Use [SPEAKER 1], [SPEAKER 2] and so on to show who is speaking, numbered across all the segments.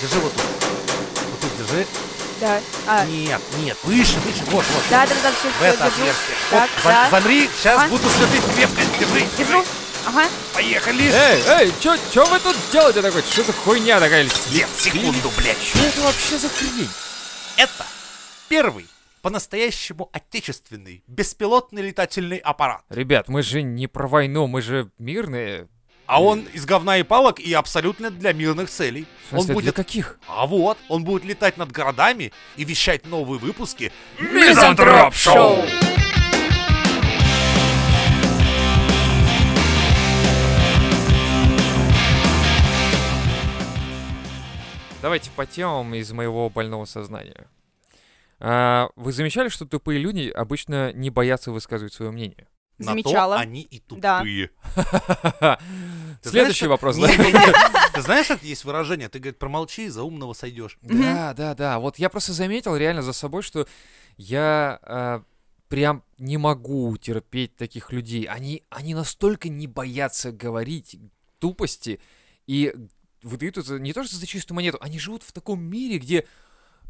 [SPEAKER 1] Держи вот тут. Вот тут держи.
[SPEAKER 2] Да. А,
[SPEAKER 1] Нет, нет, выше, выше, вот, вот.
[SPEAKER 2] да, да, да, все,
[SPEAKER 1] В
[SPEAKER 2] все,
[SPEAKER 1] это
[SPEAKER 2] держу.
[SPEAKER 1] отверстие.
[SPEAKER 2] Так,
[SPEAKER 1] Вот, за-
[SPEAKER 2] да.
[SPEAKER 1] замри, сейчас
[SPEAKER 2] А?
[SPEAKER 1] буду следить крепко. Держи,
[SPEAKER 2] Держу.
[SPEAKER 1] держи.
[SPEAKER 2] Ага.
[SPEAKER 1] Поехали.
[SPEAKER 3] Эй, эй, чё, чё вы тут делаете такой? Что за хуйня такая?
[SPEAKER 1] Нет, секунду, блядь.
[SPEAKER 3] Что это вообще за хрень?
[SPEAKER 1] Это первый по-настоящему отечественный беспилотный летательный аппарат.
[SPEAKER 3] Ребят, мы же не про войну, мы же мирные.
[SPEAKER 1] А он из говна и палок и абсолютно для мирных целей.
[SPEAKER 3] В
[SPEAKER 1] Он
[SPEAKER 3] смысле, для
[SPEAKER 1] будет...
[SPEAKER 3] каких?
[SPEAKER 1] А вот, он будет летать над городами и вещать новые выпуски
[SPEAKER 3] Мизантроп Шоу! Давайте по темам из моего больного сознания. А, Вы замечали, что тупые люди обычно не боятся высказывать свое мнение?
[SPEAKER 1] На то
[SPEAKER 2] Замечала.
[SPEAKER 1] они и
[SPEAKER 2] Да.
[SPEAKER 1] тупые. Ты
[SPEAKER 3] Следующий
[SPEAKER 1] знаешь,
[SPEAKER 3] вопрос.
[SPEAKER 1] Не,
[SPEAKER 3] да?
[SPEAKER 1] не, не. Ты знаешь, это есть выражение, ты, говорит, промолчи, за умного сойдешь.
[SPEAKER 3] Да, да, да. Вот я просто заметил реально за собой, что я а, прям не могу терпеть таких людей. Они, они настолько не боятся говорить тупости и выдают это не то, что за чистую монету, они живут в таком мире, где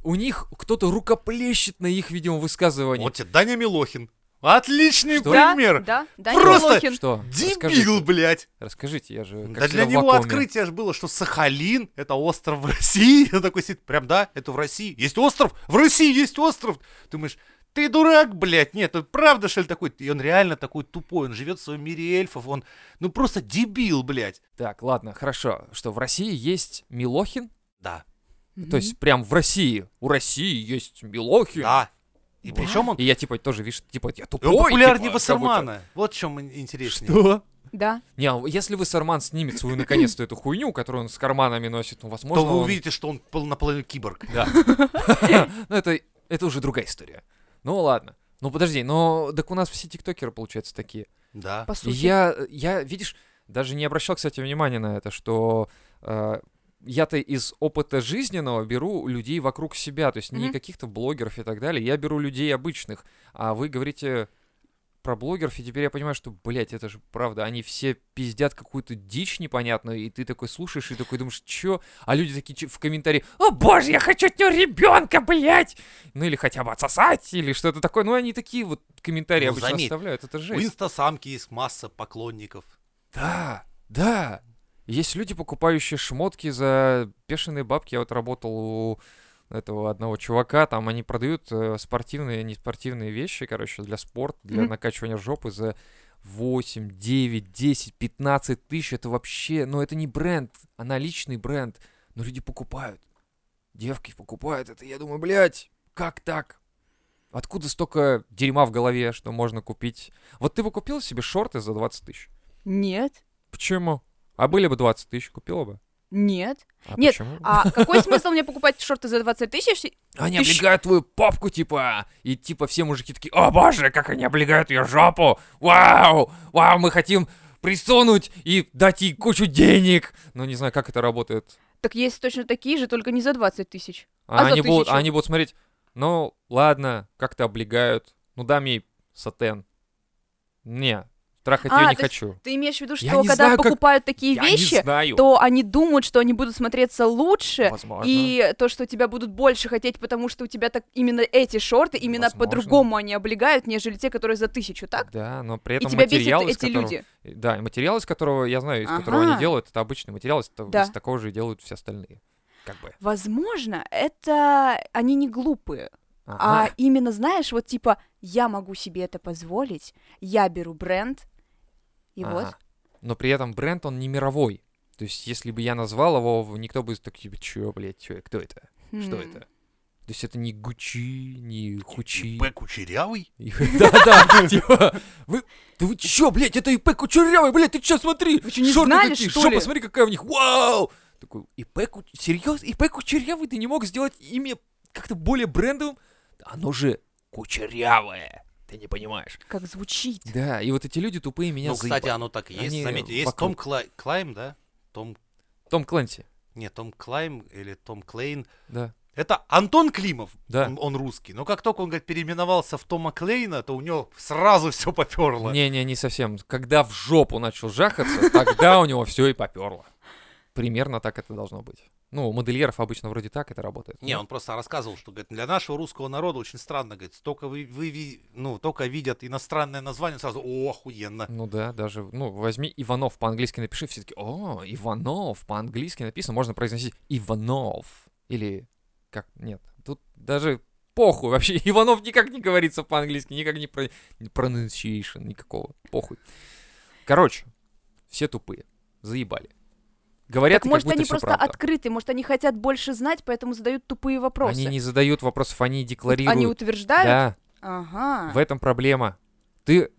[SPEAKER 3] у них кто-то рукоплещет на их, видимо, высказывание.
[SPEAKER 1] Вот тебе Даня Милохин. Отличный
[SPEAKER 3] Что?
[SPEAKER 2] Да,
[SPEAKER 1] пример.
[SPEAKER 2] Да, да,
[SPEAKER 1] Просто-
[SPEAKER 2] Милохин.
[SPEAKER 3] Что?
[SPEAKER 1] Дебил,
[SPEAKER 3] Расскажите.
[SPEAKER 1] блядь.
[SPEAKER 3] Расскажите, я же... как
[SPEAKER 1] Да для
[SPEAKER 3] всегда в
[SPEAKER 1] него
[SPEAKER 3] вакууме.
[SPEAKER 1] открытие же было, что Сахалин — это остров в России. Он такой сидит, прям да, это в России. Есть остров, в России есть остров. Ты думаешь, ты дурак, блядь, нет, это правда, что ли, такой? И он реально такой тупой, он живет в своем мире эльфов, он, ну, просто дебил, блядь.
[SPEAKER 3] Так, ладно, хорошо. Что, в России есть Милохин?
[SPEAKER 1] Да,
[SPEAKER 3] То есть прям в России. У России есть Милохин.
[SPEAKER 1] да. И причем он,
[SPEAKER 3] И я типа тоже, видишь, типа я
[SPEAKER 1] и
[SPEAKER 3] тупой.
[SPEAKER 1] он популярнее
[SPEAKER 3] типа, как будто-
[SPEAKER 1] Вассермана. Вот в чем интереснее.
[SPEAKER 3] Что?
[SPEAKER 2] Да.
[SPEAKER 3] Не, а если Вассерман снимет свою наконец-то эту хуйню, которую он с карманами носит, ну, возможно,
[SPEAKER 1] то вы
[SPEAKER 3] он-
[SPEAKER 1] увидите, что он пол- наполовину киборг.
[SPEAKER 3] Да. Ну, это, это уже другая история. Ну, ладно. Ну, подожди, но так у нас все тиктокеры, получается, такие.
[SPEAKER 1] Да.
[SPEAKER 2] По
[SPEAKER 3] И
[SPEAKER 2] сути.
[SPEAKER 3] Я, я, видишь, даже не обращал, кстати, внимания на это, что э, я-то из опыта жизненного беру людей вокруг себя, то есть не
[SPEAKER 2] Мгм.
[SPEAKER 3] каких-то блогеров и так далее, я беру людей обычных, а вы говорите про блогеров, и теперь я понимаю, что, блядь, это же правда, они все пиздят какую-то дичь непонятную, и ты такой слушаешь и такой думаешь, чё? А люди такие чё- в комментарии, о боже, я хочу от него ребенка, блядь! Ну или хотя бы отсосать, или что-то такое, ну они такие вот комментарии
[SPEAKER 1] Ну,
[SPEAKER 3] обычно
[SPEAKER 1] заметь,
[SPEAKER 3] оставляют, это жесть.
[SPEAKER 1] У инстасамки есть масса поклонников.
[SPEAKER 3] Да, да. Есть люди, покупающие шмотки за бешеные бабки. Я вот работал у этого одного чувака, там они продают э, спортивные, неспортивные вещи, короче, для спорта, для
[SPEAKER 2] Мгм.
[SPEAKER 3] накачивания жопы за 8, 9, 10, 15 тысяч. Это вообще, ну это не бренд, а наличный бренд. Но люди покупают. Девки покупают это. Я думаю, блядь, как так? Откуда столько дерьма в голове, что можно купить? Вот ты бы купил себе шорты за 20 тысяч?
[SPEAKER 2] Нет.
[SPEAKER 3] Почему? А были бы 20 тысяч, купила бы.
[SPEAKER 2] Нет.
[SPEAKER 3] А
[SPEAKER 2] Нет,
[SPEAKER 3] почему?
[SPEAKER 2] А какой смысл мне покупать шорты за 20 тысяч?
[SPEAKER 3] Они
[SPEAKER 2] ты щ-
[SPEAKER 3] облегают твою попку, типа, и типа все мужики такие, о боже, как они облегают ее жопу, вау, вау, мы хотим присунуть и дать ей кучу денег. Ну, не знаю, как это работает.
[SPEAKER 2] Так есть точно такие же, только не за 20 тысяч.
[SPEAKER 3] А,
[SPEAKER 2] А за
[SPEAKER 3] они, будут,
[SPEAKER 2] тысячу?
[SPEAKER 3] они будут смотреть, ну, ладно, как-то облегают, ну, дам ей сатен. Не, трахать
[SPEAKER 2] А,
[SPEAKER 3] ее не
[SPEAKER 2] то есть
[SPEAKER 3] хочу.
[SPEAKER 2] Ты имеешь в виду, что
[SPEAKER 3] Я не
[SPEAKER 2] когда
[SPEAKER 3] знаю, как-
[SPEAKER 2] покупают такие
[SPEAKER 3] Я
[SPEAKER 2] вещи,
[SPEAKER 3] не знаю.
[SPEAKER 2] то они думают, что они будут смотреться лучше,
[SPEAKER 3] Возможно.
[SPEAKER 2] и то, что тебя будут больше хотеть, потому что у тебя так именно эти шорты, именно
[SPEAKER 3] Возможно.
[SPEAKER 2] по-другому они облегают, нежели те, которые за тысячу, так?
[SPEAKER 3] Да, но при этом
[SPEAKER 2] и тебя бесят
[SPEAKER 3] материал, из
[SPEAKER 2] эти
[SPEAKER 3] которого-
[SPEAKER 2] люди.
[SPEAKER 3] И- Э, Да, и материал, из которого я знаю, из которого они
[SPEAKER 2] Ага.
[SPEAKER 3] делают, это обычный материал, из, того-
[SPEAKER 2] Да.
[SPEAKER 3] из такого же и делают все остальные. Как бы.
[SPEAKER 2] Возможно, это они не глупые, а
[SPEAKER 3] Ага.
[SPEAKER 2] именно, знаешь, вот типа, я могу себе это позволить, я беру бренд, и
[SPEAKER 3] Ага.
[SPEAKER 2] вот.
[SPEAKER 3] Но при этом бренд, он не мировой. То есть, если бы я назвал его, в- никто бы такой, типа, чё, блядь, чё, кто это? Что
[SPEAKER 2] М.
[SPEAKER 3] это? То есть, это не Гуччи, не Хучи.
[SPEAKER 1] Б кучерявый?
[SPEAKER 3] И- Да-да, типа, вы, да вы чё, блядь, это ИП Кучерявый, блядь, ты чё, смотри,
[SPEAKER 2] Вы чё, не
[SPEAKER 3] шорты
[SPEAKER 2] знали,
[SPEAKER 3] какие,
[SPEAKER 2] что
[SPEAKER 3] жопа,
[SPEAKER 2] ли?
[SPEAKER 3] смотри, какая у них, вау! Такой, ИП Кучерявый, серьёзно, ИП Кучерявый, ты не мог сделать имя как-то более брендовым? Оно же Кучерявое, ты не понимаешь.
[SPEAKER 2] Как звучит.
[SPEAKER 3] Да, и вот эти люди тупые меня
[SPEAKER 1] Ну, кстати,
[SPEAKER 3] заебали.
[SPEAKER 1] оно так и есть.
[SPEAKER 3] Они
[SPEAKER 1] Заметьте, есть Том
[SPEAKER 3] вокруг.
[SPEAKER 1] Кла- Клайм, да? Том...
[SPEAKER 3] а Том Клэнси,
[SPEAKER 1] Не, Том Клайм или Том Клейн.
[SPEAKER 3] да,
[SPEAKER 1] Это Антон Климов,
[SPEAKER 3] Да.
[SPEAKER 1] он, он русский. Но как только он, говорит, переименовался в Тома Клейна, то у него сразу все поперло.
[SPEAKER 3] не-не, не совсем, когда в жопу начал жахаться, тогда у него все и поперло. Примерно так это должно быть. Ну, у модельеров обычно вроде так это работает.
[SPEAKER 1] Не, он просто рассказывал, что говорит, для нашего русского народа очень странно, говорит, только вы, вы ви- ну, только видят иностранное название, сразу, о, охуенно.
[SPEAKER 3] Ну да, даже, ну, возьми Иванов по-английски напиши, все таки о, Иванов по-английски написано, можно произносить Иванов. Или как, нет, тут даже похуй вообще, Иванов никак не говорится по-английски, никак не, про... не pronunciation никакого, похуй. Короче, все тупые, заебали. Говорят,
[SPEAKER 2] так
[SPEAKER 3] и как
[SPEAKER 2] может
[SPEAKER 3] будто
[SPEAKER 2] они
[SPEAKER 3] всё
[SPEAKER 2] просто
[SPEAKER 3] правда.
[SPEAKER 2] открыты, может они хотят больше знать, поэтому задают тупые вопросы.
[SPEAKER 3] Они не задают вопросов, они декларируют.
[SPEAKER 2] Они утверждают?
[SPEAKER 3] да,
[SPEAKER 2] Ага.
[SPEAKER 3] В этом проблема. Ты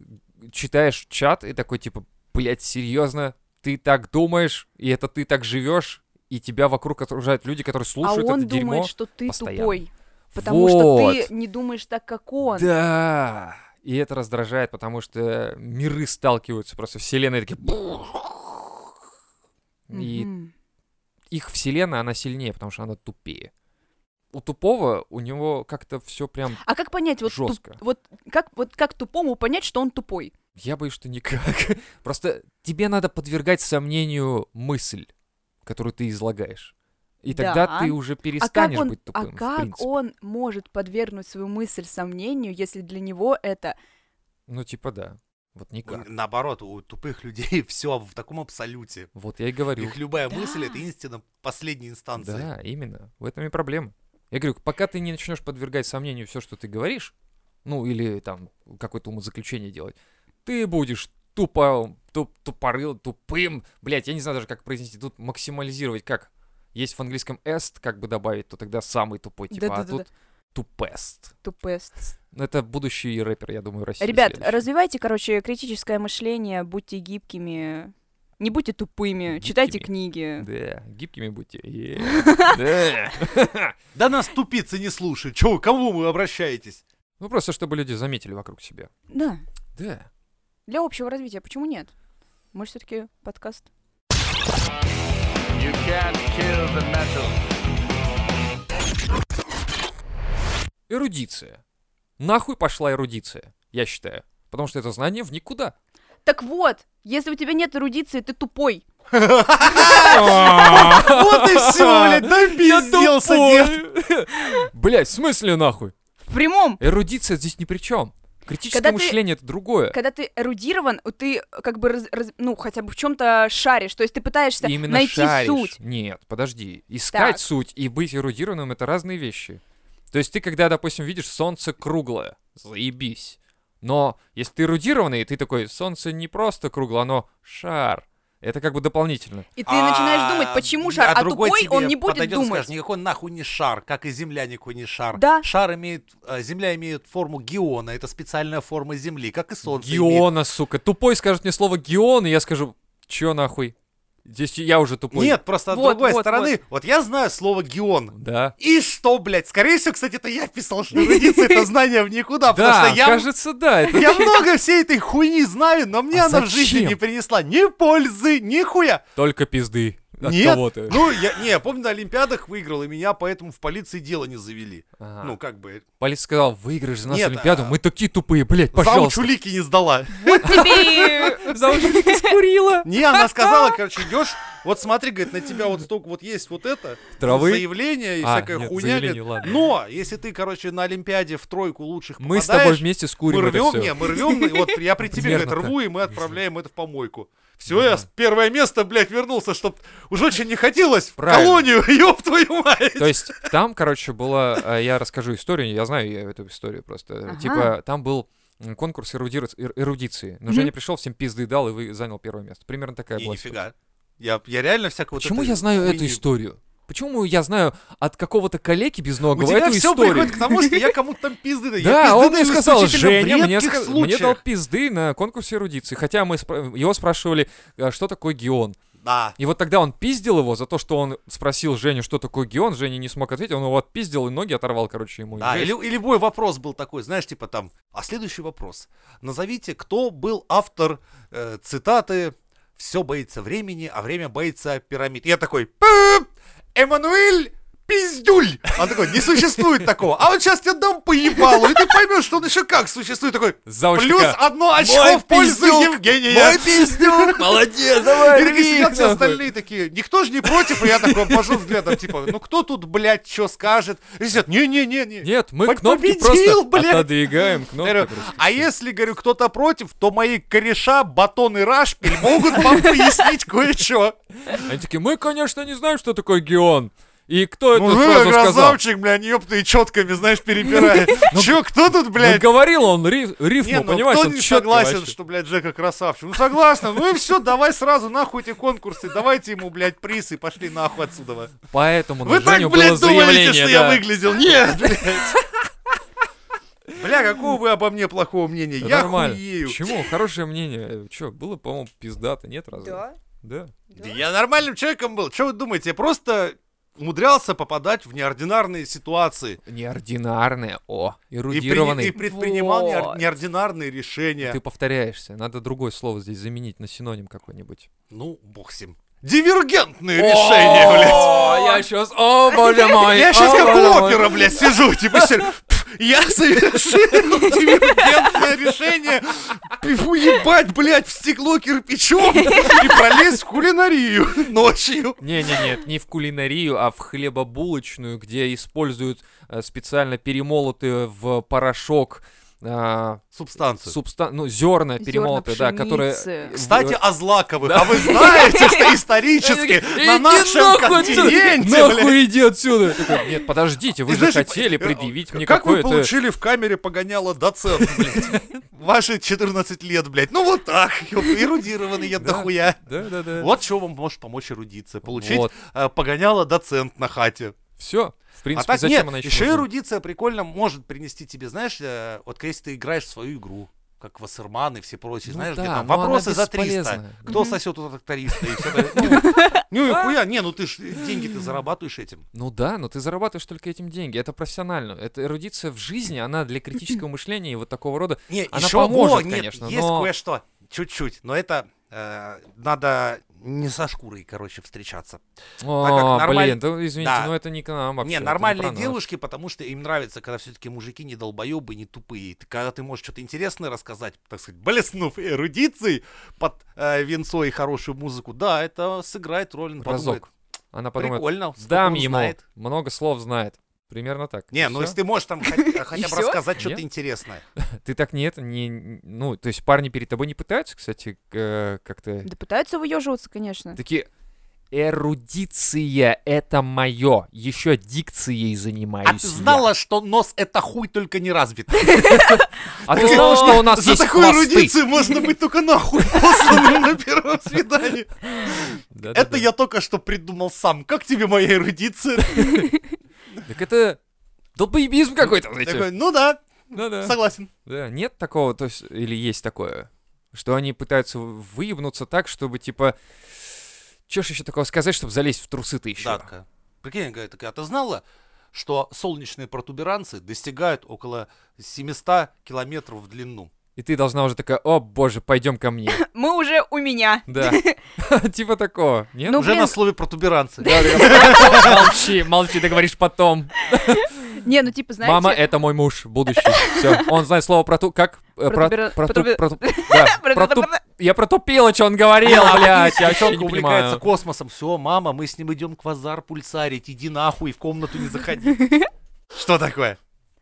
[SPEAKER 3] читаешь чат и такой типа, блядь, серьезно, ты так думаешь, и это ты так живешь, и тебя вокруг окружают люди, которые
[SPEAKER 2] а
[SPEAKER 3] слушают
[SPEAKER 2] он
[SPEAKER 3] это
[SPEAKER 2] думает,
[SPEAKER 3] дерьмо.
[SPEAKER 2] что ты
[SPEAKER 3] постоянно.
[SPEAKER 2] тупой, потому что
[SPEAKER 3] Вот.
[SPEAKER 2] ты не думаешь так, как он.
[SPEAKER 3] Да. И это раздражает, потому что миры сталкиваются, просто вселенные такие... И
[SPEAKER 2] Мгм.
[SPEAKER 3] их вселенная, она сильнее, потому что она тупее. У тупого у него как-то все прям...
[SPEAKER 2] А как понять, вот, туп-
[SPEAKER 3] Жёстко.
[SPEAKER 2] вот, как, вот как тупому понять, что он тупой?
[SPEAKER 3] Я боюсь, что никак. Просто тебе надо подвергать сомнению мысль, которую ты излагаешь. И
[SPEAKER 2] Да.
[SPEAKER 3] тогда ты уже
[SPEAKER 2] а как
[SPEAKER 3] перестанешь
[SPEAKER 2] он,
[SPEAKER 3] быть тупым,
[SPEAKER 2] а
[SPEAKER 3] в
[SPEAKER 2] как
[SPEAKER 3] принципе.
[SPEAKER 2] он может подвергнуть свою мысль сомнению, если для него это...
[SPEAKER 3] Ну, типа, да. Вот никак.
[SPEAKER 1] Наоборот, у тупых людей все в таком абсолюте.
[SPEAKER 3] Вот я и говорю.
[SPEAKER 1] Их любая
[SPEAKER 2] Да.
[SPEAKER 1] мысль это истина последней инстанции.
[SPEAKER 3] Да, именно. В этом и проблема. Я говорю, пока ты не начнешь подвергать сомнению все, что ты говоришь, ну, или там какое-то умозаключение делать, ты будешь тупо, туп, тупорыл, тупым, блять, я не знаю даже, как произнести, тут максимализировать как? Есть в английском est, как бы добавить, то тогда самый тупой, типа, а
[SPEAKER 2] Да-да-да-да.
[SPEAKER 3] тут тупест.
[SPEAKER 2] Тупест.
[SPEAKER 3] Ну, это будущий рэпер, я думаю, России.
[SPEAKER 2] Ребят,
[SPEAKER 3] следующий.
[SPEAKER 2] развивайте, короче, критическое мышление, будьте гибкими, не будьте тупыми,
[SPEAKER 3] Гибкими.
[SPEAKER 2] читайте книги.
[SPEAKER 3] Да, гибкими будьте. Е, да.
[SPEAKER 1] Да нас тупицы не слушают. Чего, к кому вы обращаетесь?
[SPEAKER 3] Ну, просто чтобы люди заметили вокруг себя.
[SPEAKER 2] Да,
[SPEAKER 3] Да.
[SPEAKER 2] для общего развития, почему нет? Может, все-таки подкаст?
[SPEAKER 3] Эрудиция. Нахуй пошла эрудиция, я считаю. Потому что это знание в никуда.
[SPEAKER 2] Так вот, если у тебя нет эрудиции, ты тупой.
[SPEAKER 1] Вот и все, блядь, напизделся, дед.
[SPEAKER 3] Блять, в смысле нахуй?
[SPEAKER 2] В прямом.
[SPEAKER 3] Эрудиция здесь ни при чем.
[SPEAKER 2] Когда
[SPEAKER 3] Критическое
[SPEAKER 2] ты-
[SPEAKER 3] мышление это другое.
[SPEAKER 2] Когда ты эрудирован, ты как бы, раз- раз- ну, хотя бы в чем-то шаришь, то есть ты пытаешься
[SPEAKER 3] Ты именно
[SPEAKER 2] найти
[SPEAKER 3] шаришь.
[SPEAKER 2] суть.
[SPEAKER 3] Нет, подожди. Искать
[SPEAKER 2] Так.
[SPEAKER 3] суть и быть эрудированным это разные вещи. То есть ты, когда, допустим, видишь солнце круглое, заебись. Но если ты эрудированный, ты такой, солнце не просто круглое, оно шар. Это как бы дополнительно.
[SPEAKER 2] И ты начинаешь думать, почему шар, а,
[SPEAKER 1] другой
[SPEAKER 2] тупой
[SPEAKER 1] тебе
[SPEAKER 2] он не будет
[SPEAKER 1] подойдет и
[SPEAKER 2] думать.
[SPEAKER 1] скажет, никакой он нахуй не шар, как и земля никакой не шар.
[SPEAKER 2] Да.
[SPEAKER 1] Шар имеет, э, земля имеет форму геона, это специальная форма земли, как и солнце имеет.
[SPEAKER 3] Геона, сука. Тупой скажет мне слово геон, и я скажу, чё нахуй? Здесь я уже тупой.
[SPEAKER 1] Нет, просто от
[SPEAKER 2] Вот,
[SPEAKER 1] другой
[SPEAKER 2] вот,
[SPEAKER 1] стороны, вот. я знаю слово геон.
[SPEAKER 3] Да.
[SPEAKER 1] И что, блядь? Скорее всего, кстати, это я писал, что родиться это знание в никуда, потому
[SPEAKER 3] Да,
[SPEAKER 1] что я
[SPEAKER 3] кажется, да. это-
[SPEAKER 1] Я много всей этой хуйни знаю, но мне
[SPEAKER 3] А
[SPEAKER 1] она в жизни
[SPEAKER 3] зачем?
[SPEAKER 1] не принесла ни пользы, ни хуя.
[SPEAKER 3] Только пизды. От
[SPEAKER 1] Нет,
[SPEAKER 3] кого-то.
[SPEAKER 1] ну, я, не, я помню, на Олимпиадах выиграл, и меня поэтому в полиции дело не завели.
[SPEAKER 3] Ага.
[SPEAKER 1] Ну, как бы,
[SPEAKER 3] Полиция сказала, выиграешь за нас
[SPEAKER 1] Нет,
[SPEAKER 3] Олимпиаду,
[SPEAKER 1] а-
[SPEAKER 3] мы такие тупые, блядь,
[SPEAKER 1] Пожалуйста.
[SPEAKER 3] пожалуйста.
[SPEAKER 1] чулики не сдала.
[SPEAKER 2] Вот тебе и-
[SPEAKER 3] Заучили, скурила.
[SPEAKER 1] Не, она сказала, короче, идешь, вот смотри, говорит, на тебя вот столько вот есть вот это,
[SPEAKER 3] Травы?
[SPEAKER 1] заявление и
[SPEAKER 3] А,
[SPEAKER 1] всякая
[SPEAKER 3] нет,
[SPEAKER 1] хуйня.
[SPEAKER 3] заявление,
[SPEAKER 1] говорит,
[SPEAKER 3] ладно.
[SPEAKER 1] Но, если ты, короче, на Олимпиаде в тройку лучших
[SPEAKER 3] Мы с тобой
[SPEAKER 1] попадаешь,
[SPEAKER 3] вместе
[SPEAKER 1] мы
[SPEAKER 3] скурим это
[SPEAKER 1] рвем,
[SPEAKER 3] всё.
[SPEAKER 1] не, мы рвем, вот я при тебе,
[SPEAKER 3] Примерно
[SPEAKER 1] говорит, рву, и мы
[SPEAKER 3] так.
[SPEAKER 1] отправляем это в помойку. Все, я с первое место, блядь, вернулся, чтоб уже очень не хотелось в
[SPEAKER 3] Правильно.
[SPEAKER 1] колонию, ёб твою мать.
[SPEAKER 3] То есть там, короче, было, э, я расскажу историю, я знаю я эту историю просто.
[SPEAKER 2] Ага.
[SPEAKER 3] Типа там был м, конкурс эрудируц- эр- эрудиции. Но
[SPEAKER 2] Мгм.
[SPEAKER 3] Женя пришел, всем пизды дал и вы занял первое место. Примерно такая
[SPEAKER 1] Не,
[SPEAKER 3] была
[SPEAKER 1] нифига. Я, я реально всякого...
[SPEAKER 3] Почему я знаю эту историю? Почему я знаю от какого-то калеки
[SPEAKER 1] У
[SPEAKER 3] безногого
[SPEAKER 1] тебя
[SPEAKER 3] эту
[SPEAKER 1] все
[SPEAKER 3] историю?
[SPEAKER 1] приходит к тому, что я кому-то там пизды даю. Я
[SPEAKER 3] Да,
[SPEAKER 1] пизды
[SPEAKER 3] он мне
[SPEAKER 1] даю
[SPEAKER 3] сказал,
[SPEAKER 1] исключительно в
[SPEAKER 3] Женя мне,
[SPEAKER 1] редких
[SPEAKER 3] ска- мне дал
[SPEAKER 1] случаях».
[SPEAKER 3] пизды на конкурсе эрудиции. Хотя мы спра- его спрашивали, а, что такое геон.
[SPEAKER 1] Да.
[SPEAKER 3] И вот тогда он пиздил его за то, что он спросил Женю, что такое геон. Женя не смог ответить, он его отпиздил и ноги оторвал, короче, ему.
[SPEAKER 1] Да,
[SPEAKER 3] Жесть.
[SPEAKER 1] или, А, и любой вопрос был такой, знаешь, типа там, а следующий вопрос. Назовите, кто был автор э, цитаты «Все боится времени, а время боится пирамид». Я такой, «Пы, Эммануэль пиздюль! Он такой, не существует такого. А вот сейчас тебе дам поебалу, и ты поймешь, что он еще как существует. Такой,
[SPEAKER 3] Заочно
[SPEAKER 1] плюс
[SPEAKER 3] такая,
[SPEAKER 1] одно
[SPEAKER 3] «Мой
[SPEAKER 1] очко в пользу
[SPEAKER 3] пиздюк!
[SPEAKER 1] Евгения.
[SPEAKER 3] пиздюк, молодец,
[SPEAKER 1] И такие
[SPEAKER 3] рви,
[SPEAKER 1] сидят все
[SPEAKER 3] нахуй.
[SPEAKER 1] остальные такие, никто же не против, и я такой обвожу взглядом, типа, ну кто тут, блядь, что скажет? И сидят, не-не-не-не.
[SPEAKER 3] Нет, мы
[SPEAKER 1] Пой-
[SPEAKER 3] кнопки
[SPEAKER 1] победил,
[SPEAKER 3] просто
[SPEAKER 1] блядь.
[SPEAKER 3] отодвигаем
[SPEAKER 1] Я говорю,
[SPEAKER 3] кнопки. просто.
[SPEAKER 1] а если, говорю, кто-то против, то мои кореша, батон и рашпиль могут вам пояснить кое-что.
[SPEAKER 3] Они такие, мы, конечно, не знаем, что такое геон. И кто
[SPEAKER 1] Ну,
[SPEAKER 3] эту
[SPEAKER 1] э,
[SPEAKER 3] фразу сказал?
[SPEAKER 1] красавчик, бля, ёпты, четками, знаешь, перебирает. Че, кто тут,
[SPEAKER 3] Ну,
[SPEAKER 1] блядь?
[SPEAKER 3] говорил он риф- рифму,
[SPEAKER 1] Не, ну
[SPEAKER 3] понимаешь?
[SPEAKER 1] кто
[SPEAKER 3] он
[SPEAKER 1] не
[SPEAKER 3] чётко
[SPEAKER 1] согласен,
[SPEAKER 3] вообще.
[SPEAKER 1] что, блядь, Джека красавчик? Ну согласна, ну и все, давай сразу нахуй эти конкурсы, давайте ему, блядь, приз и пошли нахуй отсюда.
[SPEAKER 3] Поэтому
[SPEAKER 1] Вы
[SPEAKER 3] на
[SPEAKER 1] так,
[SPEAKER 3] Женю было
[SPEAKER 1] блядь, думаете,
[SPEAKER 3] заявление,
[SPEAKER 1] что я
[SPEAKER 3] да.
[SPEAKER 1] выглядел? Нет, блядь. Бля, какого вы обо мне плохого мнения?
[SPEAKER 3] Да
[SPEAKER 1] Я
[SPEAKER 3] нормально.
[SPEAKER 1] хуею.
[SPEAKER 3] Чему? Хорошее мнение. Че, было, по-моему, пиздато, нет разве?
[SPEAKER 2] Да?
[SPEAKER 3] Да.
[SPEAKER 1] Да я нормальным человеком был. Что вы думаете, я просто умудрялся попадать в неординарные ситуации.
[SPEAKER 3] Неординарное, о,
[SPEAKER 1] И, при-
[SPEAKER 3] эрудированный.
[SPEAKER 1] и предпринимал неор-
[SPEAKER 2] Вот.
[SPEAKER 1] неординарные решения.
[SPEAKER 3] Ты повторяешься, надо другое слово здесь заменить на синоним какой-нибудь.
[SPEAKER 1] Ну, бог с ним. Дивергентные решения, блядь.
[SPEAKER 3] О, я сейчас, о, боже мой.
[SPEAKER 1] Я
[SPEAKER 3] о,
[SPEAKER 1] сейчас как
[SPEAKER 3] боже
[SPEAKER 1] у
[SPEAKER 3] мой.
[SPEAKER 1] опера, блядь, сижу, типа, сер- «Пф, я совершил дивергентное решение пи- уебать, блядь, в стекло кирпичом и пролез в кулинарию ночью.
[SPEAKER 3] Не-не-нет, не в кулинарию, а в хлебобулочную, где используют э, специально перемолотые в порошок а,
[SPEAKER 1] Субстанцию.
[SPEAKER 3] субстан... ну, зерна
[SPEAKER 2] Зёрна
[SPEAKER 3] перемолотые, да, которые...
[SPEAKER 2] пшеницы.
[SPEAKER 3] в-
[SPEAKER 1] Кстати, о Злаковых.
[SPEAKER 3] Да.
[SPEAKER 1] А вы знаете, что исторически
[SPEAKER 3] Они такие,
[SPEAKER 1] на
[SPEAKER 3] «Иди
[SPEAKER 1] нашем
[SPEAKER 3] нахуй отсюда!
[SPEAKER 1] континенте,
[SPEAKER 3] Нахуй
[SPEAKER 1] блядь,
[SPEAKER 3] иди отсюда! Я такой, Нет, подождите, вы
[SPEAKER 1] И
[SPEAKER 3] же
[SPEAKER 1] знаешь,
[SPEAKER 3] хотели
[SPEAKER 1] э,
[SPEAKER 3] предъявить мне
[SPEAKER 1] Как вы
[SPEAKER 3] какое-то...
[SPEAKER 1] получили в камере погоняло доцент, блядь? Ваши 14 лет, блядь. Ну вот так, ёп, эрудированный я
[SPEAKER 3] Да.
[SPEAKER 1] дохуя.
[SPEAKER 3] Да-да-да.
[SPEAKER 1] Вот что вам может помочь эрудиция. Получить
[SPEAKER 3] Вот.
[SPEAKER 1] э, погоняло доцент на хате.
[SPEAKER 3] Все. В принципе,
[SPEAKER 1] а так
[SPEAKER 3] зачем
[SPEAKER 1] нет,
[SPEAKER 3] она еще
[SPEAKER 1] еще
[SPEAKER 3] нужна?
[SPEAKER 1] эрудиция прикольно может принести тебе, знаешь, э, вот если ты играешь в свою игру, как Вассерман и все прочие,
[SPEAKER 3] Ну
[SPEAKER 1] знаешь,
[SPEAKER 3] да,
[SPEAKER 1] где там
[SPEAKER 3] но она
[SPEAKER 1] вопросы за 300.
[SPEAKER 3] бесполезная.
[SPEAKER 1] Кто
[SPEAKER 2] Мгм.
[SPEAKER 1] сосет у тракториста и все такое. Ну, нихуя, не, ну ты ж деньги ты зарабатываешь этим.
[SPEAKER 3] Ну да, но ты зарабатываешь только этим деньги. Это профессионально. Это эрудиция в жизни, она для критического мышления и вот такого рода.
[SPEAKER 1] Не,
[SPEAKER 3] Она
[SPEAKER 1] еще
[SPEAKER 3] поможет,
[SPEAKER 1] о, нет,
[SPEAKER 3] конечно,
[SPEAKER 1] есть
[SPEAKER 3] но-
[SPEAKER 1] кое-что, чуть-чуть, но это э, надо не со шкурой, короче, встречаться. как
[SPEAKER 3] О,
[SPEAKER 1] нормаль-
[SPEAKER 3] А, блин, да извините,
[SPEAKER 1] Да.
[SPEAKER 3] но это не к нам вообще.
[SPEAKER 1] не,
[SPEAKER 3] это
[SPEAKER 1] нормальные
[SPEAKER 3] про нас.
[SPEAKER 1] девушки, потому что им нравится, когда все-таки мужики не долбоебы, не тупые. Ты- когда ты можешь что-то интересное рассказать, так сказать, блеснув эрудицией под э, венцо и хорошую музыку, да, это сыграет роль. он
[SPEAKER 3] Разок. Она
[SPEAKER 1] Подумает,
[SPEAKER 3] подумает,
[SPEAKER 1] прикольно, сколько
[SPEAKER 3] дам
[SPEAKER 1] он
[SPEAKER 3] ему,
[SPEAKER 1] знает».
[SPEAKER 3] много слов знает. Примерно так.
[SPEAKER 1] Не,
[SPEAKER 3] И
[SPEAKER 1] ну
[SPEAKER 3] всё.
[SPEAKER 1] если ты можешь там хот- хотя бы
[SPEAKER 2] всё?
[SPEAKER 1] рассказать что-то
[SPEAKER 3] Нет.
[SPEAKER 1] интересное.
[SPEAKER 3] Ты так нет, не, ну, то есть парни перед тобой не пытаются, кстати, к- э, как-то...
[SPEAKER 2] Да пытаются выеживаться, конечно.
[SPEAKER 3] Такие, эрудиция — это мое, еще дикцией занимаюсь
[SPEAKER 1] А ты
[SPEAKER 3] я».
[SPEAKER 1] знала, что нос это хуй только не развит?
[SPEAKER 3] А ты знала, что у нас
[SPEAKER 1] За
[SPEAKER 3] есть
[SPEAKER 1] такую
[SPEAKER 3] хвосты?
[SPEAKER 1] эрудицию можно быть только нахуй посланным на первом свидании.
[SPEAKER 3] Да-да-да.
[SPEAKER 1] Это я только что придумал сам. Как тебе моя эрудиция?
[SPEAKER 3] Так это долбоебизм какой-то, знаете.
[SPEAKER 1] Такой, ну да,
[SPEAKER 3] Да-да.
[SPEAKER 1] согласен.
[SPEAKER 3] Да, нет такого, то есть, или есть такое, что они пытаются выебнуться так, чтобы, типа, чё ж еще такого сказать, чтобы залезть в трусы-то еще?
[SPEAKER 1] Да, такая. Прикинь, говорит, такая, а ты знала, что солнечные протуберанцы достигают около 700 километров в длину?
[SPEAKER 3] И ты должна уже такая, о боже, пойдем ко мне.
[SPEAKER 2] Мы уже у меня.
[SPEAKER 3] Да. Типа такого, нет?
[SPEAKER 2] Ну,
[SPEAKER 1] Уже
[SPEAKER 2] блин,
[SPEAKER 1] на слове протуберанцы.
[SPEAKER 3] Молчи, молчи, ты говоришь потом.
[SPEAKER 2] не, ну типа, знаете...
[SPEAKER 3] Мама, э, это мой муж, будущий. Все, он знает слово про ту... Как? Э, Про
[SPEAKER 2] Протубера-
[SPEAKER 3] про ту-
[SPEAKER 2] протубе-
[SPEAKER 3] про ту- да, про ту- Я протупила, что он говорил,
[SPEAKER 1] А,
[SPEAKER 3] блядь,
[SPEAKER 1] прикинь,
[SPEAKER 3] я вообще
[SPEAKER 1] девчонка
[SPEAKER 3] не
[SPEAKER 1] увлекается
[SPEAKER 3] понимаю.
[SPEAKER 1] космосом. Все, мама, мы с ним идем квазар пульсарить. Иди нахуй, в комнату не заходи. Что такое?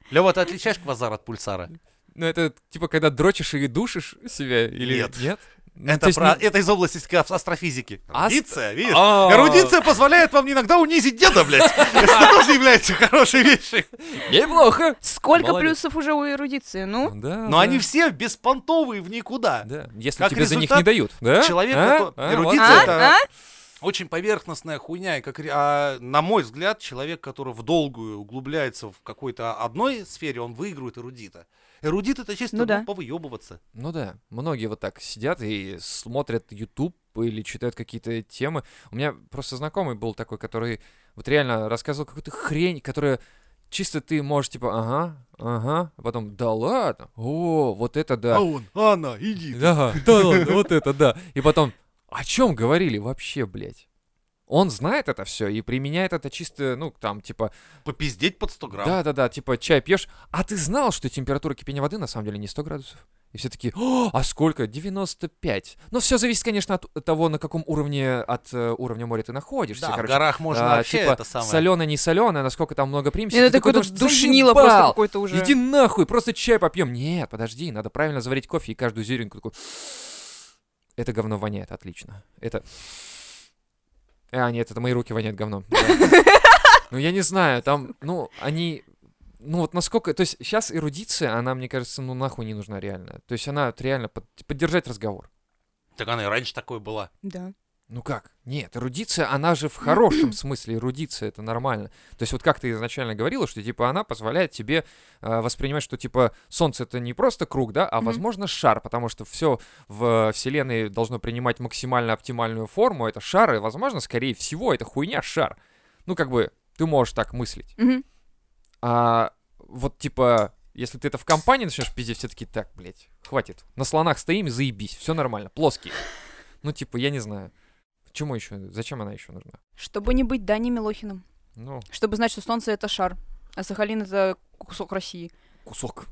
[SPEAKER 1] Лева, ты отличаешь квазар от пульсара?
[SPEAKER 3] Ну, это типа, когда дрочишь и душишь себя, или
[SPEAKER 1] Нет.
[SPEAKER 3] нет? Ну, то
[SPEAKER 1] Это,
[SPEAKER 3] есть
[SPEAKER 1] про-
[SPEAKER 3] не-
[SPEAKER 1] это из области ска- астрофизики.
[SPEAKER 3] Ас-
[SPEAKER 1] Эрудиция, видишь?
[SPEAKER 3] А.
[SPEAKER 1] Эрудиция позволяет вам иногда унизить деда, блядь. Это тоже является хорошей вещью.
[SPEAKER 3] Неплохо.
[SPEAKER 2] Сколько
[SPEAKER 3] Молодец.
[SPEAKER 2] плюсов уже у эрудиции, ну?
[SPEAKER 3] Да,
[SPEAKER 1] Но
[SPEAKER 3] да.
[SPEAKER 1] они все беспонтовые в никуда.
[SPEAKER 3] Да, если
[SPEAKER 1] Как
[SPEAKER 3] тебе за них
[SPEAKER 1] результат,
[SPEAKER 3] не дают. Да?
[SPEAKER 1] человек,
[SPEAKER 3] А?
[SPEAKER 1] который-
[SPEAKER 3] А,
[SPEAKER 1] эрудит
[SPEAKER 3] вот.
[SPEAKER 1] за
[SPEAKER 2] А?
[SPEAKER 1] это-
[SPEAKER 2] А?
[SPEAKER 1] Очень поверхностная хуйня. И как, ре- а, на мой взгляд, человек, который в долгую углубляется в какой-то одной сфере, он выигрывает эрудита. Эрудит это чисто
[SPEAKER 2] Ну
[SPEAKER 1] ну,
[SPEAKER 2] да.
[SPEAKER 1] повыебываться.
[SPEAKER 3] Ну да, многие вот так сидят и смотрят YouTube или читают какие-то темы. У меня просто знакомый был такой, который вот реально рассказывал какую-то хрень, которая чисто ты можешь типа, ага, ага, а потом, да ладно, о, вот это да.
[SPEAKER 1] А он, она, иди.
[SPEAKER 3] Да, да ладно, вот это да. И потом, о чем говорили вообще, блядь? он знает это все и применяет это чисто, ну, там, типа,
[SPEAKER 1] Попиздеть под 100 грамм.
[SPEAKER 3] да-да-да, типа, чай пьешь, а ты знал, что температура кипения воды на самом деле не 100 градусов? И все такие, «О, а сколько? 95. Ну, все зависит, конечно, от того, на каком уровне, от э, уровня моря ты находишься.
[SPEAKER 1] Да, в
[SPEAKER 3] короче.
[SPEAKER 1] горах можно
[SPEAKER 3] А,
[SPEAKER 1] вообще
[SPEAKER 3] типа,
[SPEAKER 1] это самое.
[SPEAKER 3] соленое, не соленое, насколько там много примесей.
[SPEAKER 2] Это
[SPEAKER 3] Ты такой
[SPEAKER 2] такой тут
[SPEAKER 3] думаешь,
[SPEAKER 2] ну душнило
[SPEAKER 3] «Заебал!
[SPEAKER 2] просто какой-то уже.
[SPEAKER 3] Иди нахуй, просто чай попьем. Нет, подожди, надо правильно заварить кофе и каждую зеренку такую. Это говно воняет, отлично. Это... А, нет, это мои руки воняют говном. Да. Ну, я не знаю, там, ну, они... Ну, вот насколько... То есть сейчас эрудиция, она, мне кажется, ну, нахуй не нужна реально. То есть она вот реально под- поддержать разговор.
[SPEAKER 1] Так она и раньше такой была.
[SPEAKER 2] Да.
[SPEAKER 3] Ну как? Нет, эрудиция, она же в хорошем смысле эрудиция, это нормально. То есть вот как ты изначально говорила, что типа она позволяет тебе э, воспринимать, что типа Солнце это не просто круг, да, а
[SPEAKER 2] Мгм.
[SPEAKER 3] возможно шар, потому что все в Вселенной должно принимать максимально оптимальную форму, это шар, и возможно, скорее всего, это хуйня шар. Ну как бы ты можешь так мыслить.
[SPEAKER 2] Мгм.
[SPEAKER 3] А вот типа, если ты это в компании начнешь пиздить, все таки так, блядь, хватит. На слонах стоим, заебись, все нормально, плоские. Ну, типа, я не знаю. Почему еще? Зачем она еще нужна?
[SPEAKER 2] Чтобы не быть Дани Милохиным.
[SPEAKER 3] Ну,
[SPEAKER 2] Чтобы знать, что солнце — это шар, а Сахалин — это кусок России.
[SPEAKER 3] кусок.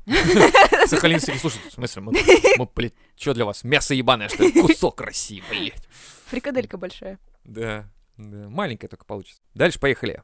[SPEAKER 3] Сахалинский, слушай, в смысле, мы, мы, блядь, что для вас, мясо ебаное, что ли? Кусок России, блядь.
[SPEAKER 2] Фрикаделька большая.
[SPEAKER 3] Да, да, маленькая только получится. Дальше поехали.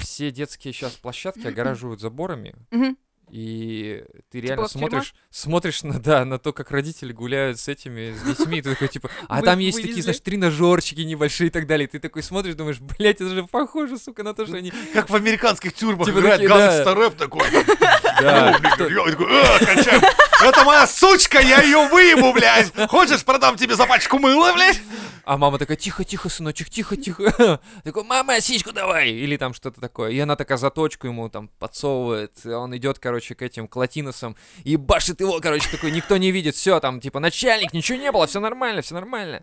[SPEAKER 3] Все детские сейчас площадки огораживают заборами,
[SPEAKER 2] Мгм.
[SPEAKER 3] И ты реально
[SPEAKER 2] как тюрьма?
[SPEAKER 3] смотришь, смотришь на, да, на то, как родители гуляют с этими, с детьми, и ты такой, типа, а
[SPEAKER 2] Вы-
[SPEAKER 3] там есть такие,
[SPEAKER 2] вывезли?
[SPEAKER 3] знаешь, тренажерчики небольшие и так далее. И ты такой смотришь, думаешь, блядь, это же похоже, сука, на то, что они...
[SPEAKER 1] Как в американских тюрьмах
[SPEAKER 3] Типа
[SPEAKER 1] играет
[SPEAKER 3] такие, да.
[SPEAKER 1] гангстер-рэп такой.
[SPEAKER 3] Да,
[SPEAKER 1] Я такой, «А, кончаю. Это моя сучка, я ее выебу, блядь. Хочешь, продам тебе за пачку мыла, блядь?
[SPEAKER 3] А мама такая, тихо, тихо, сыночек, тихо, тихо. Такой, мама, сиську давай! Или там что-то такое. И она такая заточку ему там подсовывает. а Он идет, короче, к этим, к латиносам. И башит его, короче, такой, никто не видит. Все, там, типа, начальник, ничего не было, все нормально, все нормально.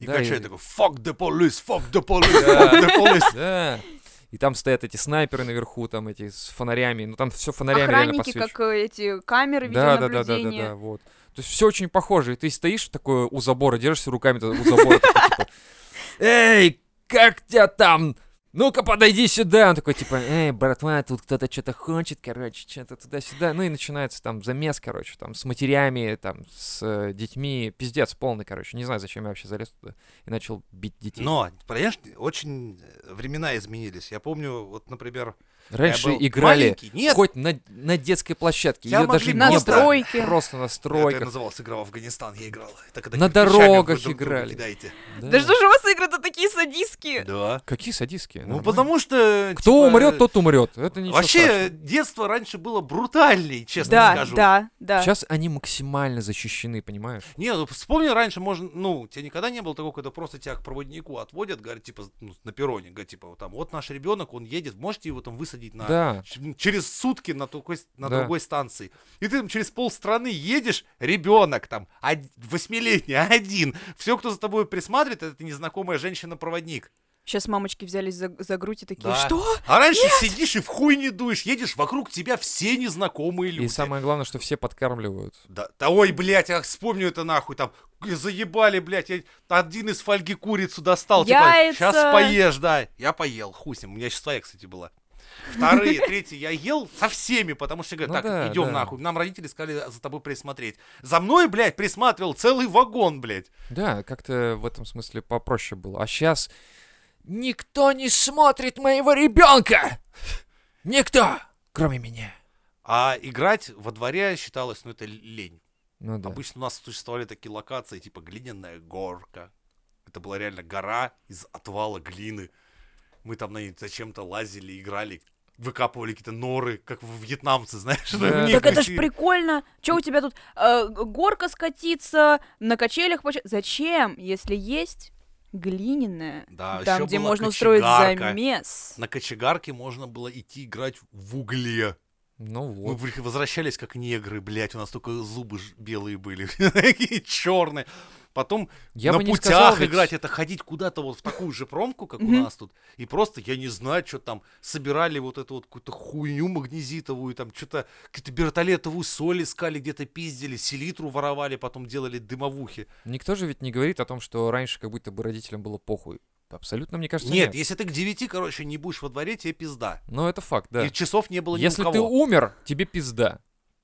[SPEAKER 1] И
[SPEAKER 3] Да,
[SPEAKER 1] качает
[SPEAKER 3] и-
[SPEAKER 1] такой, fuck the police, fuck the police,
[SPEAKER 3] Да.
[SPEAKER 1] fuck the police.
[SPEAKER 3] Да. И там стоят эти снайперы наверху, там эти с фонарями. Ну там все фонарями реально
[SPEAKER 2] Охранники,
[SPEAKER 3] подсвечено.
[SPEAKER 2] как э, эти камеры
[SPEAKER 3] Да, да, да, да, да,
[SPEAKER 2] видеонаблюдения.
[SPEAKER 3] да, вот. То есть все очень похоже. И ты стоишь такое у забора, держишься руками у забора, такой, типа, Эй, как тебя там? Ну-ка, подойди сюда. Он такой, типа, эй, братва, тут кто-то что-то хочет, короче, что-то туда-сюда. Ну и начинается там замес, короче, там с матерями, там с э, детьми. Пиздец полный, короче. Не знаю, зачем я вообще залез туда и начал бить детей.
[SPEAKER 1] Но, понимаешь, очень э, времена изменились. Я помню, вот, например,
[SPEAKER 3] Раньше
[SPEAKER 1] я был
[SPEAKER 3] играли
[SPEAKER 1] маленький. Нет,
[SPEAKER 3] хоть на, на детской площадке.
[SPEAKER 1] Тебя
[SPEAKER 3] Ее даже
[SPEAKER 1] могли
[SPEAKER 3] не было.
[SPEAKER 2] На стройке.
[SPEAKER 3] Просто на
[SPEAKER 1] это
[SPEAKER 3] стройках.
[SPEAKER 1] называлась игра в Афганистан, я играл. Это когда
[SPEAKER 3] На
[SPEAKER 1] кирпичами вы
[SPEAKER 3] дорогах
[SPEAKER 1] друг друга
[SPEAKER 3] играли.
[SPEAKER 1] кидаете.
[SPEAKER 3] Да.
[SPEAKER 2] Да что же у вас игры-то такие садистские?
[SPEAKER 1] Да.
[SPEAKER 3] Какие садистские?
[SPEAKER 1] Ну,
[SPEAKER 3] нормально.
[SPEAKER 1] потому что...
[SPEAKER 3] Кто
[SPEAKER 1] типа,
[SPEAKER 3] умрет, тот умрет. Это ничего
[SPEAKER 1] Вообще,
[SPEAKER 3] страшного.
[SPEAKER 1] детство раньше было брутальней, честно
[SPEAKER 2] да,
[SPEAKER 1] скажу.
[SPEAKER 2] да, да.
[SPEAKER 3] Сейчас они максимально защищены, понимаешь?
[SPEAKER 1] Не, ну вспомни, раньше можно, ну, тебе никогда не было такого, когда просто тебя к проводнику отводят, говорят, типа, ну, на перроне, говорят, типа, вот там, вот наш ребенок, он едет, можете его там высадить на...
[SPEAKER 3] Да.
[SPEAKER 1] ч- Через сутки на, другой, на
[SPEAKER 3] Да.
[SPEAKER 1] другой станции. И ты там через полстраны едешь, ребенок там, од- восьмилетний, один. Все, кто за тобой присматривает, это незнакомая женщина-проводник.
[SPEAKER 2] Сейчас мамочки взялись за, за грудь и такие,
[SPEAKER 1] Да.
[SPEAKER 2] что?
[SPEAKER 1] А раньше сидишь и в хуй не дуешь, едешь, вокруг тебя все незнакомые люди.
[SPEAKER 3] И самое главное, что все подкармливают.
[SPEAKER 1] Да, да ой, блядь, я вспомню это нахуй, там, г- заебали, блядь, я один из фольги курицу достал,
[SPEAKER 2] Яйца.
[SPEAKER 1] типа, сейчас поешь, да, я поел, хуй с ним, у меня сейчас своя, кстати, была. Вторые, третьи, я ел со всеми, потому что говорят,
[SPEAKER 3] Ну
[SPEAKER 1] так,
[SPEAKER 3] да,
[SPEAKER 1] идем
[SPEAKER 3] да.
[SPEAKER 1] нахуй, нам родители сказали за тобой присмотреть. За мной, блядь, присматривал целый вагон, блядь.
[SPEAKER 3] Да, как-то в этом смысле попроще было. А сейчас никто не смотрит моего ребенка! Никто! Кроме меня.
[SPEAKER 1] А играть во дворе считалось, ну, это лень.
[SPEAKER 3] Ну да.
[SPEAKER 1] Обычно у нас существовали такие локации, типа глиняная горка. Это была реально гора из отвала глины. Мы там на ней зачем-то лазили, играли, выкапывали какие-то норы, как в вьетнамцы, знаешь?
[SPEAKER 3] Да.
[SPEAKER 1] в них
[SPEAKER 2] Так это ж
[SPEAKER 1] эти-
[SPEAKER 2] прикольно. Че у тебя тут э, г- горка скатиться, на качелях поч- Зачем, если есть глиняная,
[SPEAKER 1] Да,
[SPEAKER 2] там,
[SPEAKER 1] А ещё
[SPEAKER 2] где
[SPEAKER 1] была
[SPEAKER 2] можно устроить
[SPEAKER 1] кочегарка.
[SPEAKER 2] замес?
[SPEAKER 1] На кочегарке можно было идти играть в угле.
[SPEAKER 3] Ну
[SPEAKER 1] Мы
[SPEAKER 3] вот.
[SPEAKER 1] в- возвращались как негры, блядь, у нас только зубы ж белые были, черные. потом
[SPEAKER 3] Я
[SPEAKER 1] на
[SPEAKER 3] бы не
[SPEAKER 1] путях
[SPEAKER 3] сказал, ведь-
[SPEAKER 1] играть, это ходить куда-то вот в такую же промку, как у
[SPEAKER 2] Мгм.
[SPEAKER 1] нас тут, и просто, я не знаю, что там, собирали вот эту вот какую-то хуйню магнезитовую, там что-то, какие-то бертолетовую соль искали, где-то пиздили, селитру воровали, потом делали дымовухи.
[SPEAKER 3] Никто же ведь не говорит о том, что раньше как будто бы родителям было похуй. Абсолютно, мне кажется,
[SPEAKER 1] Нет,
[SPEAKER 3] нет.
[SPEAKER 1] если ты к девяти, короче, не будешь во дворе, тебе пизда.
[SPEAKER 3] Но это факт, да.
[SPEAKER 1] И часов не было ни
[SPEAKER 3] Если
[SPEAKER 1] у
[SPEAKER 3] ты
[SPEAKER 1] кого.
[SPEAKER 3] умер, тебе пизда.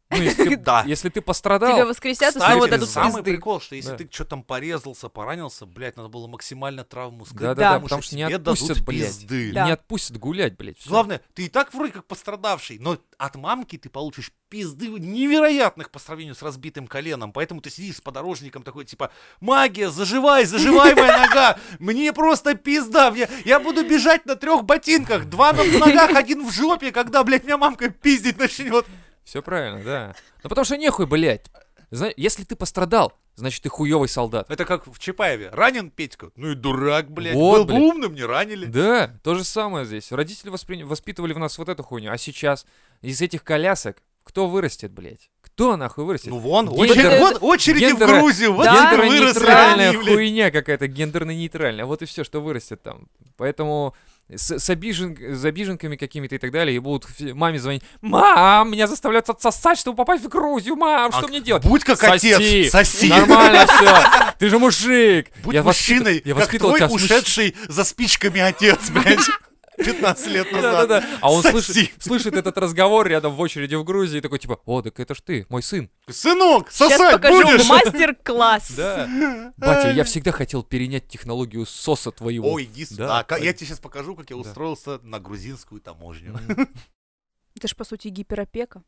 [SPEAKER 3] Ну, если ты-
[SPEAKER 1] Да.
[SPEAKER 3] если ты
[SPEAKER 2] Тебя
[SPEAKER 3] пострадал,
[SPEAKER 2] воскресят и
[SPEAKER 1] Ну, Кстати,
[SPEAKER 2] снова вот
[SPEAKER 3] дадут
[SPEAKER 1] самый
[SPEAKER 2] пизды.
[SPEAKER 1] прикол, что если
[SPEAKER 3] Да.
[SPEAKER 1] ты что там порезался, поранился, блядь, надо было максимально травму скрыть,
[SPEAKER 3] Да-да-да, потому что не
[SPEAKER 1] тебе
[SPEAKER 3] отпустят,
[SPEAKER 1] дадут
[SPEAKER 3] блядь.
[SPEAKER 1] пизды.
[SPEAKER 2] Да.
[SPEAKER 3] не отпустят гулять, блядь. всё.
[SPEAKER 1] Главное, ты и так вроде как пострадавший, но от мамки ты получишь пизды невероятных по сравнению с разбитым коленом. Поэтому ты сидишь с подорожником такой, типа, магия, заживай, заживай моя нога, мне просто пизда, мне... я буду бежать на трех ботинках, два на в ногах, один в жопе, когда, блядь, меня мамка пиздить начнет.
[SPEAKER 3] Все правильно, да. Ну потому что нехуй, блядь. Зна- если ты пострадал, значит ты хуёвый солдат.
[SPEAKER 1] Это как в Чапаеве, ранен Петька, ну и дурак, блядь,
[SPEAKER 3] Вот,
[SPEAKER 1] был бы
[SPEAKER 3] блядь.
[SPEAKER 1] умным, не ранили.
[SPEAKER 3] Да, то же самое здесь. Родители воспри- воспитывали в нас вот эту хуйню, а сейчас из этих колясок кто вырастет, блядь? Кто нахуй вырастет?
[SPEAKER 1] Ну вон,
[SPEAKER 3] Гендер-
[SPEAKER 1] очередь, вот очереди в
[SPEAKER 3] гендера-
[SPEAKER 1] Грузию, вот
[SPEAKER 2] да,
[SPEAKER 1] теперь выросли
[SPEAKER 3] гендерно-нейтральная
[SPEAKER 1] они, блядь.
[SPEAKER 3] хуйня какая-то, гендерно-нейтральная. Вот и все, что вырастет там. Поэтому с, с обижен- с обиженками какими-то и так далее, и будут фи- маме звонить. Мам, меня заставляют отсосать, чтобы попасть в Грузию, мам, что
[SPEAKER 1] А
[SPEAKER 3] мне делать?
[SPEAKER 1] Будь как
[SPEAKER 3] Соси.
[SPEAKER 1] отец, соси.
[SPEAKER 3] Нормально все. Ты же мужик.
[SPEAKER 1] Будь
[SPEAKER 3] Я воспитыв-
[SPEAKER 1] мужчиной,
[SPEAKER 3] я
[SPEAKER 1] как
[SPEAKER 3] воспитывал
[SPEAKER 1] твой
[SPEAKER 3] тебя с мужч-
[SPEAKER 1] ушедший за спичками отец, блядь, 15 лет назад.
[SPEAKER 3] Да-да-да. А он
[SPEAKER 1] Соси.
[SPEAKER 3] слышит, слышит этот разговор рядом в очереди в Грузии и такой типа, о, так это ж ты, мой сын.
[SPEAKER 1] Сынок,
[SPEAKER 2] Сейчас
[SPEAKER 1] сосать
[SPEAKER 2] покажу
[SPEAKER 1] будешь?
[SPEAKER 2] мастер-класс.
[SPEAKER 3] Да. Батя, я всегда хотел перенять технологию соса твоего.
[SPEAKER 1] Ой, иди сюда.
[SPEAKER 3] Да,
[SPEAKER 1] Ка- я
[SPEAKER 3] пойдем.
[SPEAKER 1] тебе сейчас покажу, как я
[SPEAKER 3] Да.
[SPEAKER 1] устроился на грузинскую таможню.
[SPEAKER 3] М,
[SPEAKER 2] Это ж, по сути, гиперопека,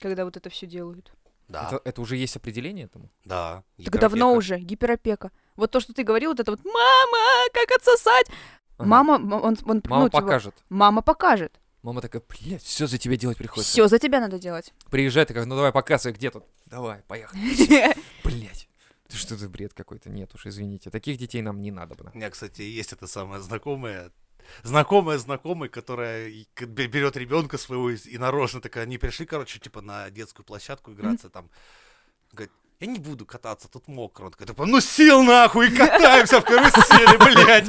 [SPEAKER 2] когда вот это все делают.
[SPEAKER 1] Да,
[SPEAKER 3] Это это уже есть определение этому?
[SPEAKER 1] да.
[SPEAKER 2] Так давно
[SPEAKER 1] гиперопека.
[SPEAKER 2] уже, гиперопека. Вот то, что ты говорил, вот это вот «мама, как отсосать?»
[SPEAKER 3] Ага.
[SPEAKER 2] Мама, м- он, он,
[SPEAKER 3] Мама
[SPEAKER 2] ну, типа,
[SPEAKER 3] покажет.
[SPEAKER 2] мама покажет.
[SPEAKER 3] Мама такая, блядь, все за тебя делать приходится.
[SPEAKER 2] Все за тебя надо делать.
[SPEAKER 3] Приезжай, такая, ну давай, показывай, где тут. Давай, поехали. Блядь. Ты что за бред какой-то? Нет уж, извините. Таких детей нам не надо. бы.
[SPEAKER 1] У меня, кстати, есть эта самая знакомая, знакомая знакомая, которая и к- бе- берет ребенка своего и, и нарочно такая, они пришли, короче, типа на детскую площадку играться там. Говорит, я не буду кататься, тут мокро. Он такой, типа, ну сел нахуй и катаемся в карусели, блядь.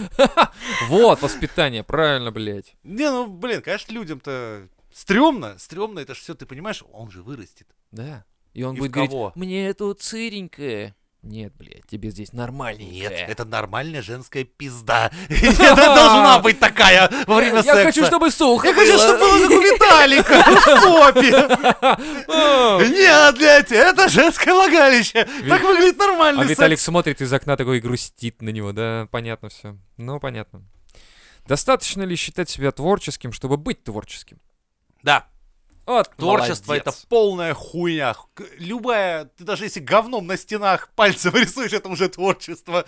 [SPEAKER 3] Вот, воспитание, правильно, блядь.
[SPEAKER 1] Не, ну, блин, конечно, людям-то стрёмно, стрёмно, это же все, ты понимаешь, он же вырастет.
[SPEAKER 3] Да. И он
[SPEAKER 1] И в
[SPEAKER 3] будет
[SPEAKER 1] кого?
[SPEAKER 3] говорить, мне тут сыренькое. Нет, блядь, тебе здесь
[SPEAKER 1] Нет,
[SPEAKER 3] нормальненькое.
[SPEAKER 1] это нормальная женская пизда. Это должна быть такая во время секса.
[SPEAKER 3] Я хочу, чтобы сухо
[SPEAKER 1] Я хочу,
[SPEAKER 3] было.
[SPEAKER 1] чтобы было как у Виталика в попе.
[SPEAKER 3] А.
[SPEAKER 1] Э, Нет, блядь, это женское влагалище. Так выглядит нормальный
[SPEAKER 3] А
[SPEAKER 1] секс.
[SPEAKER 3] Виталик смотрит из окна такой и грустит на него, да, понятно все. Ну, понятно. Достаточно ли считать себя творческим, чтобы быть творческим?
[SPEAKER 1] Да,
[SPEAKER 3] Вот,
[SPEAKER 1] творчество
[SPEAKER 3] молодец.
[SPEAKER 1] это полная хуйня. К- Любая, ты даже если говном на стенах пальцем рисуешь, это уже творчество.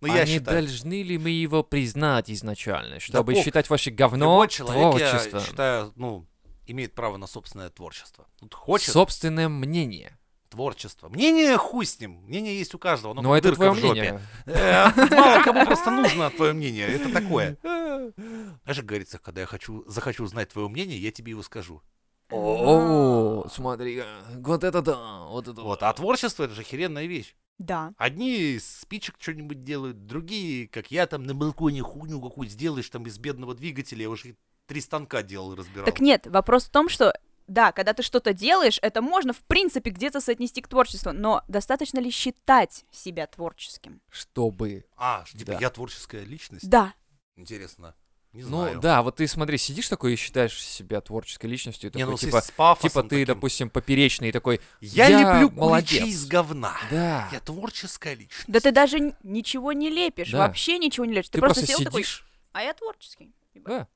[SPEAKER 1] Но
[SPEAKER 3] а
[SPEAKER 1] Ну, я
[SPEAKER 3] не
[SPEAKER 1] считаю.
[SPEAKER 3] должны ли мы его признать изначально, чтобы
[SPEAKER 1] пох-
[SPEAKER 3] считать ваше говно
[SPEAKER 1] Любой человек, я
[SPEAKER 3] творчеством?
[SPEAKER 1] считаю, ну, имеет право на собственное творчество. Вот хочет
[SPEAKER 3] Собственное мнение.
[SPEAKER 1] творчество. Мнение хуй с ним. Мнение есть у каждого. оно
[SPEAKER 3] Но
[SPEAKER 1] как
[SPEAKER 3] это
[SPEAKER 1] дырка
[SPEAKER 3] твое
[SPEAKER 1] в жопе.
[SPEAKER 3] мнение.
[SPEAKER 1] Э, Мало кому просто нужно твое мнение. Это такое. Знаешь, как говорится, когда я хочу, захочу знать твое мнение, я тебе его скажу.
[SPEAKER 3] О, смотри, вот это да, вот это
[SPEAKER 1] Вот. А творчество это же херенная вещь.
[SPEAKER 2] Да.
[SPEAKER 1] Одни из спичек что-нибудь делают, другие, как я там на балконе хуйню какую сделаешь там из бедного двигателя, я уже три станка делал и разбирал.
[SPEAKER 2] Так нет, вопрос в том, что да, когда ты что-то делаешь, это можно, в принципе, где-то соотнести к творчеству, но достаточно ли считать себя творческим?
[SPEAKER 3] Чтобы.
[SPEAKER 1] А, что, типа
[SPEAKER 3] Да.
[SPEAKER 1] я творческая личность?
[SPEAKER 2] Да.
[SPEAKER 1] Интересно. Не знаю.
[SPEAKER 3] Ну да, вот ты смотри, сидишь такой и считаешь себя творческой личностью, и
[SPEAKER 1] Не,
[SPEAKER 3] такой,
[SPEAKER 1] ну,
[SPEAKER 3] типа,
[SPEAKER 1] с пафосом
[SPEAKER 3] типа ты,
[SPEAKER 1] таким.
[SPEAKER 3] допустим, поперечный и такой,
[SPEAKER 1] Я,
[SPEAKER 3] я
[SPEAKER 1] леплю
[SPEAKER 3] молодец.
[SPEAKER 1] куличи из говна.
[SPEAKER 3] да,
[SPEAKER 1] Я творческая личность.
[SPEAKER 2] Да ты даже н- ничего не лепишь,
[SPEAKER 3] Да.
[SPEAKER 2] вообще ничего не лепишь. Ты,
[SPEAKER 3] ты
[SPEAKER 2] просто,
[SPEAKER 3] просто
[SPEAKER 2] сел такой,
[SPEAKER 3] сидишь,
[SPEAKER 2] а я творческий. Типа,
[SPEAKER 3] да,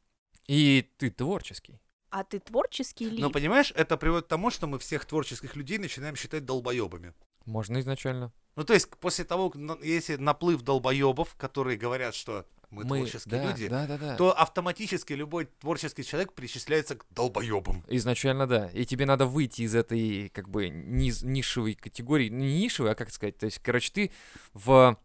[SPEAKER 3] и ты творческий.
[SPEAKER 2] А ты творческий ли?
[SPEAKER 1] Но понимаешь, это приводит к тому, что мы всех творческих людей начинаем считать долбоебами.
[SPEAKER 3] Можно изначально.
[SPEAKER 1] Ну, то есть, после того, как на- если наплыв долбоебов, которые говорят, что мы, творческие
[SPEAKER 3] да,
[SPEAKER 1] люди,
[SPEAKER 3] Да, да,
[SPEAKER 2] Э.
[SPEAKER 3] да.
[SPEAKER 1] то автоматически любой творческий человек причисляется к долбоебам.
[SPEAKER 3] Изначально, да. И тебе надо выйти из этой, как бы, низ- нишевой категории. Не нишевой, а как сказать? То есть, короче, ты в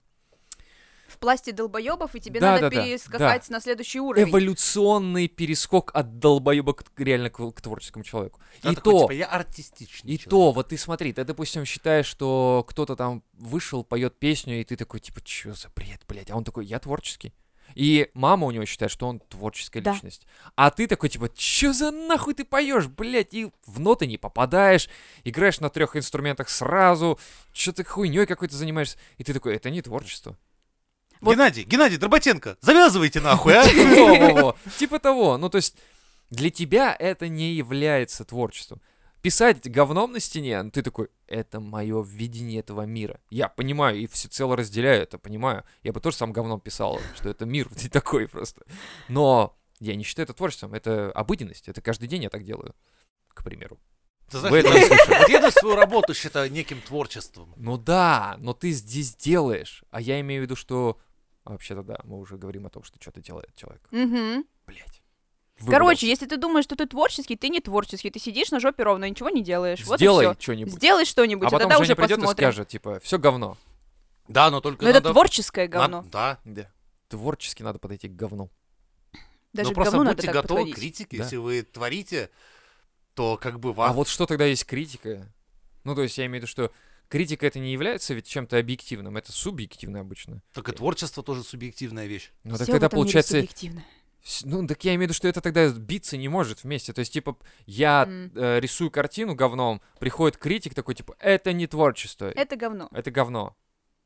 [SPEAKER 2] в пласте долбоебов, и тебе
[SPEAKER 3] Да,
[SPEAKER 2] надо
[SPEAKER 3] да, да,
[SPEAKER 2] перескакать на следующий уровень.
[SPEAKER 3] Эволюционный перескок от долбоеба к- реально к, к творческому человеку.
[SPEAKER 1] Я
[SPEAKER 3] и
[SPEAKER 1] такой,
[SPEAKER 3] то,
[SPEAKER 1] типа, я артистичный
[SPEAKER 3] и
[SPEAKER 1] человек.
[SPEAKER 3] то, вот ты смотри, ты, допустим, считаешь, что кто-то там вышел, поет песню, и ты такой, типа, что за бред, блядь? А он такой, я творческий. И мама у него считает, что он творческая
[SPEAKER 2] Да.
[SPEAKER 3] личность. А ты такой, типа, чё за нахуй ты поешь, блядь? И в ноты не попадаешь, играешь на трех инструментах сразу, что ты хуйней какой-то занимаешься. И ты такой, это не творчество.
[SPEAKER 2] Вот-
[SPEAKER 1] Геннадий, Геннадий Дроботенко, завязывайте нахуй, а!
[SPEAKER 3] Во-во-во. Типа того. Ну, то есть, для тебя это не является творчеством. Писать говном на стене, ну, ты такой, это мое видение этого мира. Я понимаю и всецело разделяю это, понимаю. Я бы тоже сам говном писал, что это мир ты такой просто. Но я не считаю это творчеством, это обыденность, это каждый день я так делаю, к примеру.
[SPEAKER 1] Ты
[SPEAKER 3] Вы
[SPEAKER 1] знаешь, я-
[SPEAKER 3] это не слышали?
[SPEAKER 1] вот я даже свою работу считаю неким творчеством.
[SPEAKER 3] Ну да, но ты здесь делаешь, а я имею в виду, что... а, Вообще-то да, мы уже говорим о том, что что-то делает человек.
[SPEAKER 2] Мгм.
[SPEAKER 3] Блять.
[SPEAKER 2] Короче, если ты думаешь, что ты творческий, ты не творческий. Ты сидишь на жопе ровно, ничего не делаешь. Вот и
[SPEAKER 3] сделай
[SPEAKER 2] всё.
[SPEAKER 3] что-нибудь.
[SPEAKER 2] Сделай что-нибудь,
[SPEAKER 3] А
[SPEAKER 2] и
[SPEAKER 3] потом
[SPEAKER 2] тогда
[SPEAKER 3] Женя
[SPEAKER 2] уже
[SPEAKER 3] придет и
[SPEAKER 2] посмотрим.
[SPEAKER 3] скажет, типа, все говно.
[SPEAKER 1] Да, но только
[SPEAKER 2] Но это
[SPEAKER 1] надо...
[SPEAKER 2] творческое
[SPEAKER 1] надо-
[SPEAKER 2] говно.
[SPEAKER 1] Да.
[SPEAKER 3] Да. Творчески надо подойти к говну.
[SPEAKER 1] но
[SPEAKER 2] Даже
[SPEAKER 3] ну,
[SPEAKER 2] к
[SPEAKER 1] просто
[SPEAKER 2] говну надо
[SPEAKER 1] будьте
[SPEAKER 2] так
[SPEAKER 1] готовы
[SPEAKER 2] подходить.
[SPEAKER 1] к критике.
[SPEAKER 3] Да.
[SPEAKER 1] Если вы творите, то как бы
[SPEAKER 3] А
[SPEAKER 1] вам...
[SPEAKER 3] вот что тогда есть критика? Ну, то есть я имею в виду, что критика это не является ведь чем-то объективным, это субъективно обычно.
[SPEAKER 1] Так и творчество тоже субъективная вещь.
[SPEAKER 3] Ну, так
[SPEAKER 2] Всё в
[SPEAKER 3] тогда
[SPEAKER 2] этом мире
[SPEAKER 3] получается...
[SPEAKER 2] субъективно.
[SPEAKER 3] с- Ну, так я имею в виду, что это тогда биться не может вместе. То есть, типа, я
[SPEAKER 2] М.
[SPEAKER 3] э, рисую картину говном, приходит критик такой, типа, это не творчество, это,
[SPEAKER 2] Это говно.
[SPEAKER 3] говно.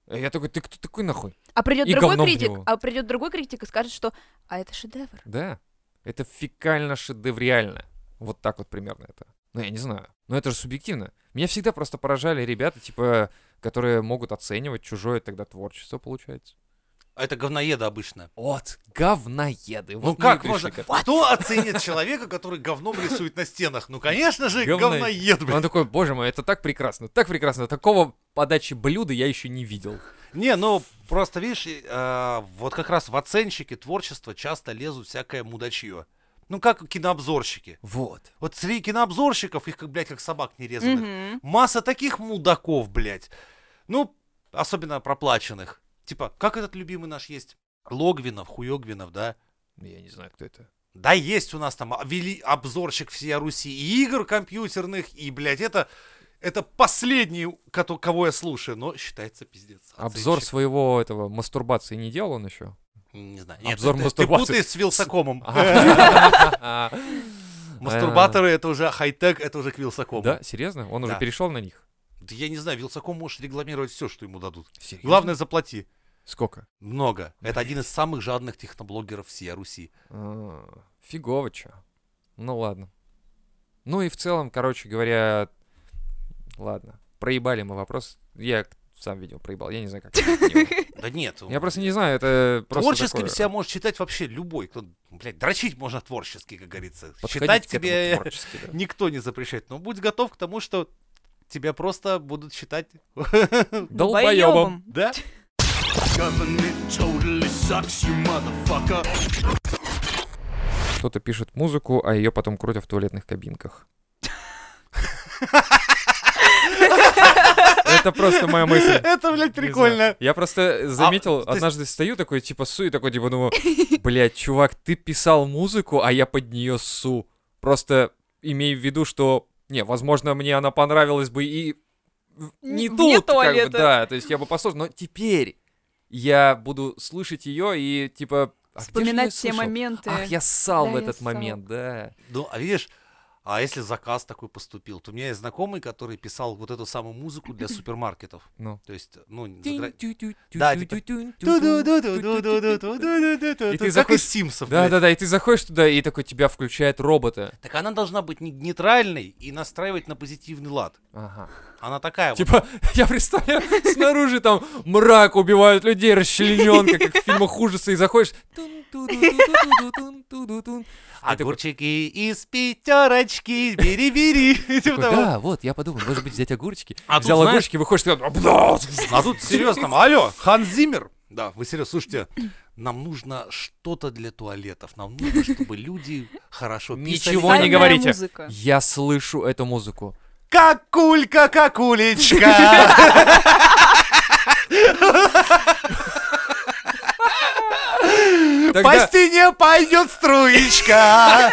[SPEAKER 3] А Я такой, ты кто такой нахуй?
[SPEAKER 2] А придет
[SPEAKER 3] И
[SPEAKER 2] другой
[SPEAKER 3] говном в
[SPEAKER 2] критик,
[SPEAKER 3] него.
[SPEAKER 2] а придет другой критик и скажет, что а это шедевр.
[SPEAKER 3] Да. Это фекально-шедевриально. Вот так вот примерно это. Ну, я не знаю. Но это же субъективно. Меня всегда просто поражали ребята, типа, которые могут оценивать чужое тогда творчество, получается.
[SPEAKER 1] А Это говноеды обычно.
[SPEAKER 3] Вот, говноеды.
[SPEAKER 1] Ну
[SPEAKER 3] Вот мы и
[SPEAKER 1] как
[SPEAKER 3] пришли
[SPEAKER 1] можно?
[SPEAKER 3] к этому.
[SPEAKER 1] Кто оценит человека, который говном рисует на стенах? Ну, конечно же,
[SPEAKER 3] Говно-
[SPEAKER 1] говноед, блин.
[SPEAKER 3] Он такой, боже мой, это так прекрасно, так прекрасно. Такого подачи блюда я еще не видел.
[SPEAKER 1] Не, ну, просто, видишь, и, а, вот как раз в оценщики творчества часто лезут всякое мудачье. Ну, как кинообзорщики.
[SPEAKER 3] Вот.
[SPEAKER 1] Вот среди кинообзорщиков их, как, блядь, как собак нерезанных.
[SPEAKER 2] Мгм.
[SPEAKER 1] Масса таких мудаков, блядь. Ну, особенно проплаченных. Типа, как этот любимый наш есть? Логвинов, Хуёгвинов, да?
[SPEAKER 3] Ну, Я не знаю, кто это.
[SPEAKER 1] Да есть у нас там а, вели обзорщик всея Руси и игр компьютерных, и, блядь, это, это последний, кото- кого я слушаю, но считается пиздец.
[SPEAKER 3] Обзор
[SPEAKER 1] оценщик.
[SPEAKER 3] своего этого мастурбации не делал он еще?
[SPEAKER 1] Не знаю.
[SPEAKER 3] обзор
[SPEAKER 1] ты- ты-
[SPEAKER 3] мастурбации. А,
[SPEAKER 1] Ты путаешь с Вилсакомом.
[SPEAKER 3] Мастурбатор.
[SPEAKER 1] Мастурбаторы это уже хай-тек, это уже к Вилсакому.
[SPEAKER 3] Да, серьезно? Он уже
[SPEAKER 1] Да.
[SPEAKER 3] перешел на них?
[SPEAKER 1] Да я не знаю, Вилсаком может рекламировать все, что ему дадут.
[SPEAKER 3] Серьезно?
[SPEAKER 1] Главное, заплати.
[SPEAKER 3] Сколько?
[SPEAKER 1] Много. Это один из самых жадных техноблогеров всей Руси.
[SPEAKER 3] А, Фигово чё. Ну ладно. Ну и в целом, короче говоря, ладно. Проебали мы вопрос. Я к- сам видео проебал, я не знаю как. это делать.
[SPEAKER 1] Да нет.
[SPEAKER 3] Я просто не знаю, это просто
[SPEAKER 1] Творческим
[SPEAKER 3] такое.
[SPEAKER 1] себя может считать вообще любой. Кто, блядь, дрочить можно творчески, как говорится.
[SPEAKER 3] Подходить
[SPEAKER 1] Считать
[SPEAKER 3] к этому
[SPEAKER 1] тебе
[SPEAKER 3] творчески, да.
[SPEAKER 1] никто не запрещает. Но будь готов к тому, что тебя просто будут считать.
[SPEAKER 3] Долбоёбом.
[SPEAKER 1] Да?
[SPEAKER 3] Кто-то пишет музыку, а ее потом крутят в туалетных кабинках. Это просто моя мысль.
[SPEAKER 1] Это, блядь,
[SPEAKER 3] Не знаю.
[SPEAKER 1] прикольно. А,
[SPEAKER 3] Я просто заметил,
[SPEAKER 1] то есть-
[SPEAKER 3] однажды стою такой, типа, су, и такой, типа, думаю, блядь, чувак, ты писал музыку, а я под нее су. Просто имей в виду, что, не, возможно, мне она понравилась бы и в- не
[SPEAKER 2] Н-
[SPEAKER 3] тут,
[SPEAKER 2] вне
[SPEAKER 3] как бы,
[SPEAKER 2] туалета.
[SPEAKER 3] да, то есть я бы послушал, но теперь я буду слышать ее и, типа, «А где же я
[SPEAKER 2] Вспоминать
[SPEAKER 3] её
[SPEAKER 2] все
[SPEAKER 3] слышал?
[SPEAKER 2] моменты.
[SPEAKER 3] Ах, я ссал
[SPEAKER 2] Да,
[SPEAKER 3] в
[SPEAKER 2] я
[SPEAKER 3] этот
[SPEAKER 2] ссал.
[SPEAKER 3] момент, да.
[SPEAKER 1] Ну, а видишь, а если заказ такой поступил? То у меня есть знакомый, который писал вот эту самую музыку для супермаркетов.
[SPEAKER 3] Ну.
[SPEAKER 1] То есть, ну, не
[SPEAKER 3] Тин,
[SPEAKER 1] загра-
[SPEAKER 3] тю-тю,
[SPEAKER 1] Да,
[SPEAKER 3] тю-тю,
[SPEAKER 1] типа,
[SPEAKER 3] тю-тю, тю-тю, тю-тю-тю-тю.
[SPEAKER 1] И
[SPEAKER 3] И ты заходишь-
[SPEAKER 1] Симсов. блядь.
[SPEAKER 3] Да-да-да, и ты заходишь туда, и такой тебя включает робота.
[SPEAKER 1] Так она должна быть не- нейтральной и настраивать на позитивный лад.
[SPEAKER 3] Ага.
[SPEAKER 1] Она такая вот.
[SPEAKER 3] Типа, я представляю, снаружи там мрак убивают людей, расчлененка, как в фильмах ужаса, и заходишь. тун-ту-ду-ду-ду-ду-тун, ту-ду-тун. я такой-
[SPEAKER 1] Огурчики из пятерочки, бери-бери. Типа
[SPEAKER 3] Такой,
[SPEAKER 1] того.
[SPEAKER 3] Да, вот, я подумал, может быть, взять огурчики.
[SPEAKER 1] А тут,
[SPEAKER 3] Взял
[SPEAKER 1] знаешь-
[SPEAKER 3] огурчики, выходишь, ты там, «Бля!»
[SPEAKER 1] А тут серьезно, алло, Хан Зиммер. Да, вы серьезно, слушайте, нам нужно что-то для туалетов. Нам нужно, чтобы люди хорошо писали.
[SPEAKER 3] Ничего не
[SPEAKER 2] Сальная
[SPEAKER 3] говорите.
[SPEAKER 2] музыка.
[SPEAKER 3] Я слышу эту музыку.
[SPEAKER 1] Какулька, какулечка. По
[SPEAKER 3] Тогда-
[SPEAKER 1] стене пойдет струечка,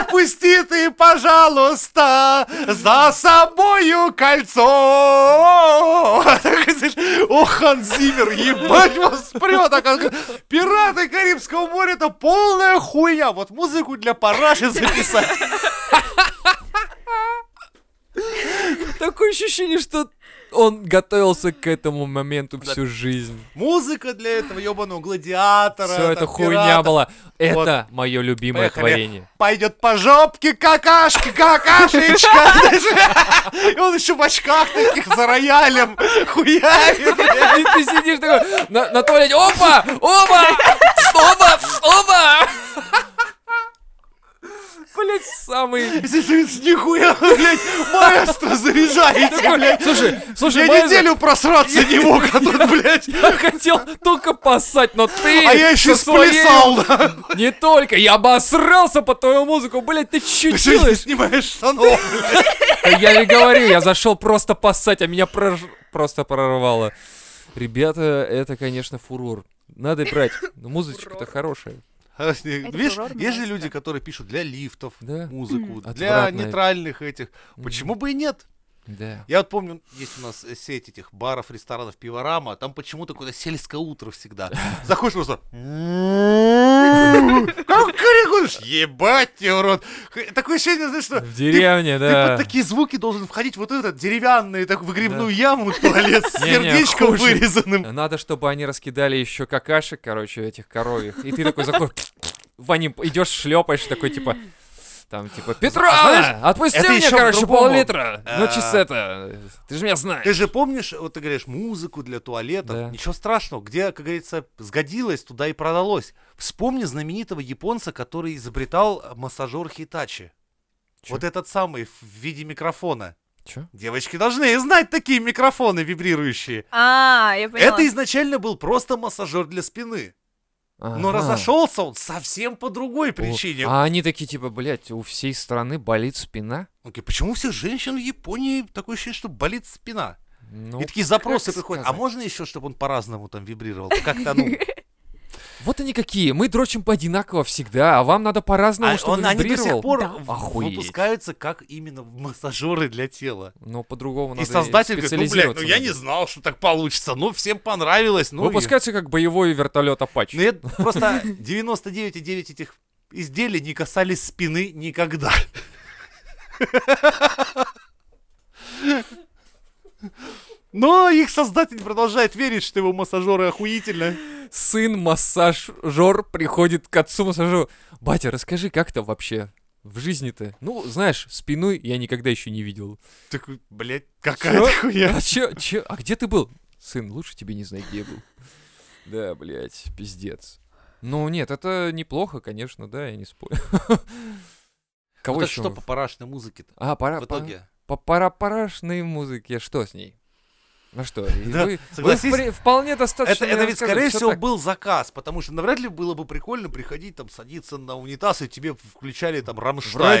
[SPEAKER 1] опусти ты, пожалуйста, за собою кольцо. О, Ханс Зиммер, ебать вас прет. а как- Пираты Карибского моря это полная хуйня. Вот музыку для параши записать.
[SPEAKER 3] Такое ощущение, что он готовился к этому моменту всю жизнь.
[SPEAKER 1] Музыка для этого ебаного гладиатора.
[SPEAKER 3] Все это
[SPEAKER 1] там,
[SPEAKER 3] хуйня
[SPEAKER 1] пиратов.
[SPEAKER 3] была.
[SPEAKER 1] Вот.
[SPEAKER 3] Это мое любимое
[SPEAKER 1] Поехали.
[SPEAKER 3] творение.
[SPEAKER 1] Пойдет по жопке какашки, какашечка. И он еще в очках таких за роялем хуярит.
[SPEAKER 3] И ты сидишь такой на, на туалете. Опа! Опа! Опа! Опа! Блять, самый...
[SPEAKER 1] Если С нихуя, блядь, маэстро заряжаете, блядь.
[SPEAKER 3] Слушай, слушай,
[SPEAKER 1] Я
[SPEAKER 3] Майза,
[SPEAKER 1] неделю просраться не мог, а тут, блядь,
[SPEAKER 3] я хотел только поссать, но ты...
[SPEAKER 1] а я еще
[SPEAKER 3] со своей-
[SPEAKER 1] сплясал, да.
[SPEAKER 3] Не только, я обосрался по твою музыку, блять, ты
[SPEAKER 1] Ты
[SPEAKER 3] чё
[SPEAKER 1] что не
[SPEAKER 3] делаешь?
[SPEAKER 1] снимаешь штанов, блядь?
[SPEAKER 3] Я не говорю, я зашел просто поссать, а меня прож- просто прорвало. Ребята, это, конечно, фурор. Надо брать. Музычка-то хорошая.
[SPEAKER 1] А, Видишь,
[SPEAKER 2] фурор
[SPEAKER 1] есть же люди,
[SPEAKER 2] маэстро.
[SPEAKER 1] которые пишут для лифтов
[SPEAKER 3] Да.
[SPEAKER 1] музыку, для
[SPEAKER 3] Отвратная.
[SPEAKER 1] нейтральных этих. Почему бы и нет?
[SPEAKER 3] Да.
[SPEAKER 1] Я вот помню, есть у нас э, сеть этих баров, ресторанов, пиворама, там почему-то какое-то сельское утро всегда. Заходишь просто... Как крик, говоришь, ебать тебе, урод. Х- Такое ощущение, знаешь, что...
[SPEAKER 3] В деревне,
[SPEAKER 1] Ты под
[SPEAKER 3] да.
[SPEAKER 1] такие звуки должен входить вот этот деревянный, так в грибную яму туалет с
[SPEAKER 3] Не-не,
[SPEAKER 1] сердечком
[SPEAKER 3] хуже.
[SPEAKER 1] вырезанным.
[SPEAKER 3] Надо, чтобы они раскидали еще какашек, короче, этих коровьих. И ты такой заходишь, в ним идешь, шлепаешь, такой типа... Там типа, Петра,
[SPEAKER 1] А знаешь,
[SPEAKER 3] отпусти
[SPEAKER 1] это
[SPEAKER 3] мне,
[SPEAKER 1] ещё
[SPEAKER 3] короче,
[SPEAKER 1] по-другому.
[SPEAKER 3] пол-литра. Ну,
[SPEAKER 1] А.
[SPEAKER 3] чисто это, ты же меня знаешь.
[SPEAKER 1] Ты же помнишь, вот ты говоришь, музыку для туалетов,
[SPEAKER 3] Да.
[SPEAKER 1] ничего страшного, где, как говорится, сгодилось, туда и продалось. Вспомни знаменитого японца, который изобретал массажер Хитачи.
[SPEAKER 3] Чё?
[SPEAKER 1] Вот этот самый в виде микрофона.
[SPEAKER 3] Чё?
[SPEAKER 1] Девочки должны знать такие микрофоны вибрирующие.
[SPEAKER 2] А, я поняла.
[SPEAKER 1] Это изначально был просто массажер для спины. Но
[SPEAKER 3] Ага.
[SPEAKER 1] разошелся он совсем Ну, по другой
[SPEAKER 3] О,
[SPEAKER 1] причине.
[SPEAKER 3] А они такие, типа, блядь, у всей страны болит спина?
[SPEAKER 1] Он говорит, почему у всех женщин в Японии такое ощущение, что болит спина?
[SPEAKER 3] Ну,
[SPEAKER 1] и такие запросы
[SPEAKER 3] как
[SPEAKER 1] приходят. А
[SPEAKER 3] сказать?
[SPEAKER 1] можно еще, чтобы он по-разному там вибрировал? Как-то, ну,
[SPEAKER 3] вот они какие. Мы дрочим по одинаково всегда, а вам надо по-разному,
[SPEAKER 1] А
[SPEAKER 3] чтобы
[SPEAKER 1] он- они до
[SPEAKER 3] вибрировал.
[SPEAKER 1] сих пор
[SPEAKER 2] Да.
[SPEAKER 1] в-
[SPEAKER 3] Охуеть.
[SPEAKER 1] выпускаются как именно массажеры для тела.
[SPEAKER 3] Но по-другому
[SPEAKER 1] и
[SPEAKER 3] надо
[SPEAKER 1] создатель говорит, ну, блядь, ну
[SPEAKER 3] специализироваться
[SPEAKER 1] я
[SPEAKER 3] надо».
[SPEAKER 1] не знал, что так получится. Ну, всем понравилось. Ну, и-
[SPEAKER 3] Выпускается как боевой вертолет Апач.
[SPEAKER 1] Ну, я просто 99,9 этих изделий не касались спины никогда. Но их создатель продолжает верить, что его массажеры охуительно.
[SPEAKER 3] Сын массажер приходит к отцу массажеру. Батя, расскажи, как там вообще? В жизни-то. Ну, знаешь, спину я никогда еще не видел.
[SPEAKER 1] Такой, блядь, какая
[SPEAKER 3] Чё?
[SPEAKER 1] хуйня.
[SPEAKER 3] А чё, чё? А где ты был? Сын, лучше тебе не знать, где я был. Да, блядь, пиздец. Ну нет, это неплохо, конечно, да, я не спорю. Кого
[SPEAKER 1] Вот это
[SPEAKER 3] еще?
[SPEAKER 1] что по парашной музыке-то?
[SPEAKER 3] А, пара,
[SPEAKER 1] В итоге.
[SPEAKER 3] По парапарашной музыке, А что с ней? Ну что, и
[SPEAKER 1] Да,
[SPEAKER 3] вы, вы
[SPEAKER 1] согласись,
[SPEAKER 3] впре- вполне
[SPEAKER 1] Это,
[SPEAKER 3] достаточно.
[SPEAKER 1] это
[SPEAKER 3] я
[SPEAKER 1] ведь,
[SPEAKER 3] скажу,
[SPEAKER 1] скорее
[SPEAKER 3] всё
[SPEAKER 1] всего,
[SPEAKER 3] так.
[SPEAKER 1] был заказ, потому что навряд ли было бы прикольно приходить, там, садиться на унитаз, и тебе включали, там, Рамштайн.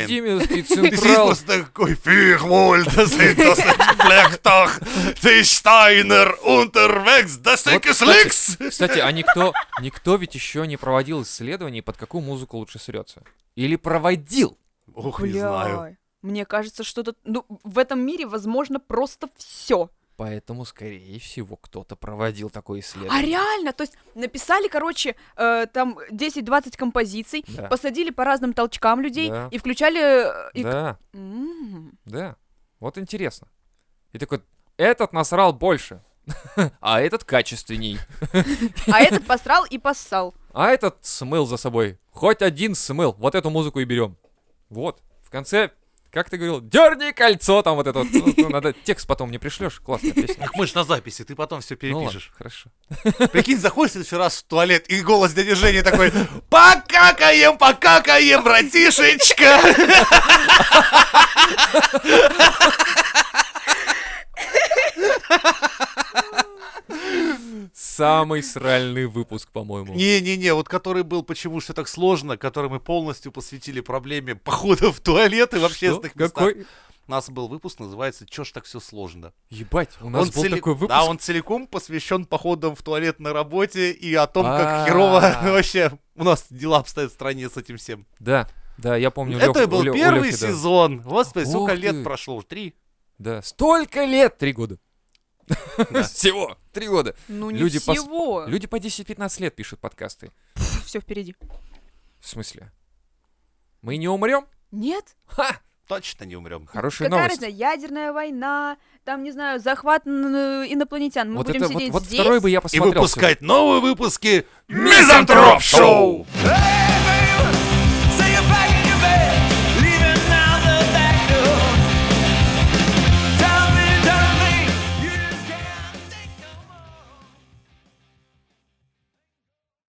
[SPEAKER 3] Владимирский
[SPEAKER 1] Ты сидишь
[SPEAKER 3] Централ.
[SPEAKER 1] просто такой, «Фиг, Вольт, das sind das in Flechtach, die Steiner unterwegs, das
[SPEAKER 3] Вот,
[SPEAKER 1] ist Slix!»
[SPEAKER 3] Кстати, а никто, никто ведь еще не проводил исследований, под какую музыку лучше срется. Или проводил.
[SPEAKER 1] Ох, не знаю.
[SPEAKER 2] Бля, Мне кажется, что-то... Ну, в этом мире возможно просто все.
[SPEAKER 3] Поэтому, скорее всего, кто-то проводил такое
[SPEAKER 2] А
[SPEAKER 3] исследование.
[SPEAKER 2] реально, то есть написали, короче, э, там 10-20 композиций,
[SPEAKER 3] Да.
[SPEAKER 2] посадили по разным толчкам людей
[SPEAKER 3] Да.
[SPEAKER 2] и включали... э, и-
[SPEAKER 3] Да,
[SPEAKER 2] М.
[SPEAKER 3] да. Вот интересно. И такой, этот насрал больше, а этот качественней,
[SPEAKER 2] А этот посрал и поссал.
[SPEAKER 3] а этот смыл за собой. Хоть один смыл, вот эту музыку и берем. Вот, в конце, как ты говорил, дерни кольцо, там вот это вот. Ну, ну, надо текст потом мне пришлешь, классная песня.
[SPEAKER 1] Так мы же на записи, ты потом все
[SPEAKER 3] Ну ладно,
[SPEAKER 1] перепишешь.
[SPEAKER 3] хорошо.
[SPEAKER 1] Прикинь, заходишь в следующий раз в туалет, и голос дяди Жени такой «Покакаем, покакаем, братишечка!»
[SPEAKER 3] Самый сральный выпуск, по-моему.
[SPEAKER 1] Не-не-не, вот который был «Почему все так сложно», который мы полностью посвятили проблеме похода в туалет и в
[SPEAKER 3] Что?
[SPEAKER 1] общественных местах.
[SPEAKER 3] Какой?
[SPEAKER 1] У нас был выпуск, называется «Чё ж так все сложно?».
[SPEAKER 3] Ебать, у нас
[SPEAKER 1] Он
[SPEAKER 3] был
[SPEAKER 1] цели-
[SPEAKER 3] такой выпуск.
[SPEAKER 1] Да, он целиком посвящен походам в туалет на работе и о том, как
[SPEAKER 3] А.
[SPEAKER 1] херово вообще у нас дела обстоят в стране с этим всем.
[SPEAKER 3] Да, да, я помню.
[SPEAKER 1] Это
[SPEAKER 3] Лёх-
[SPEAKER 1] был
[SPEAKER 3] у Лё- у
[SPEAKER 1] первый
[SPEAKER 3] Лёхи, да.
[SPEAKER 1] сезон. Господи,
[SPEAKER 3] Ух
[SPEAKER 1] сколько лет
[SPEAKER 3] ты.
[SPEAKER 1] прошло? Уже Три.
[SPEAKER 3] Да, столько лет, три года.
[SPEAKER 1] Да.
[SPEAKER 3] Всего, три года.
[SPEAKER 2] Ну не
[SPEAKER 3] Люди пос-
[SPEAKER 2] всего.
[SPEAKER 3] Люди по 10-15 лет пишут подкасты.
[SPEAKER 2] Все впереди.
[SPEAKER 3] В смысле? Мы не умрем?
[SPEAKER 2] Нет?
[SPEAKER 3] Ха!
[SPEAKER 1] Точно не умрем.
[SPEAKER 3] Хорошая
[SPEAKER 2] Какая
[SPEAKER 3] новость.
[SPEAKER 2] разница? Ядерная война, там, не знаю, захват н- инопланетян. Мы
[SPEAKER 3] вот
[SPEAKER 2] будем
[SPEAKER 3] это, вот,
[SPEAKER 2] сидеть
[SPEAKER 3] вот
[SPEAKER 2] здесь.
[SPEAKER 3] второй бы я
[SPEAKER 1] И
[SPEAKER 3] посмотрел.
[SPEAKER 1] выпускать новые выпуски
[SPEAKER 3] Мизантроп
[SPEAKER 1] Мизантроп
[SPEAKER 3] Шоу!
[SPEAKER 1] Шоу!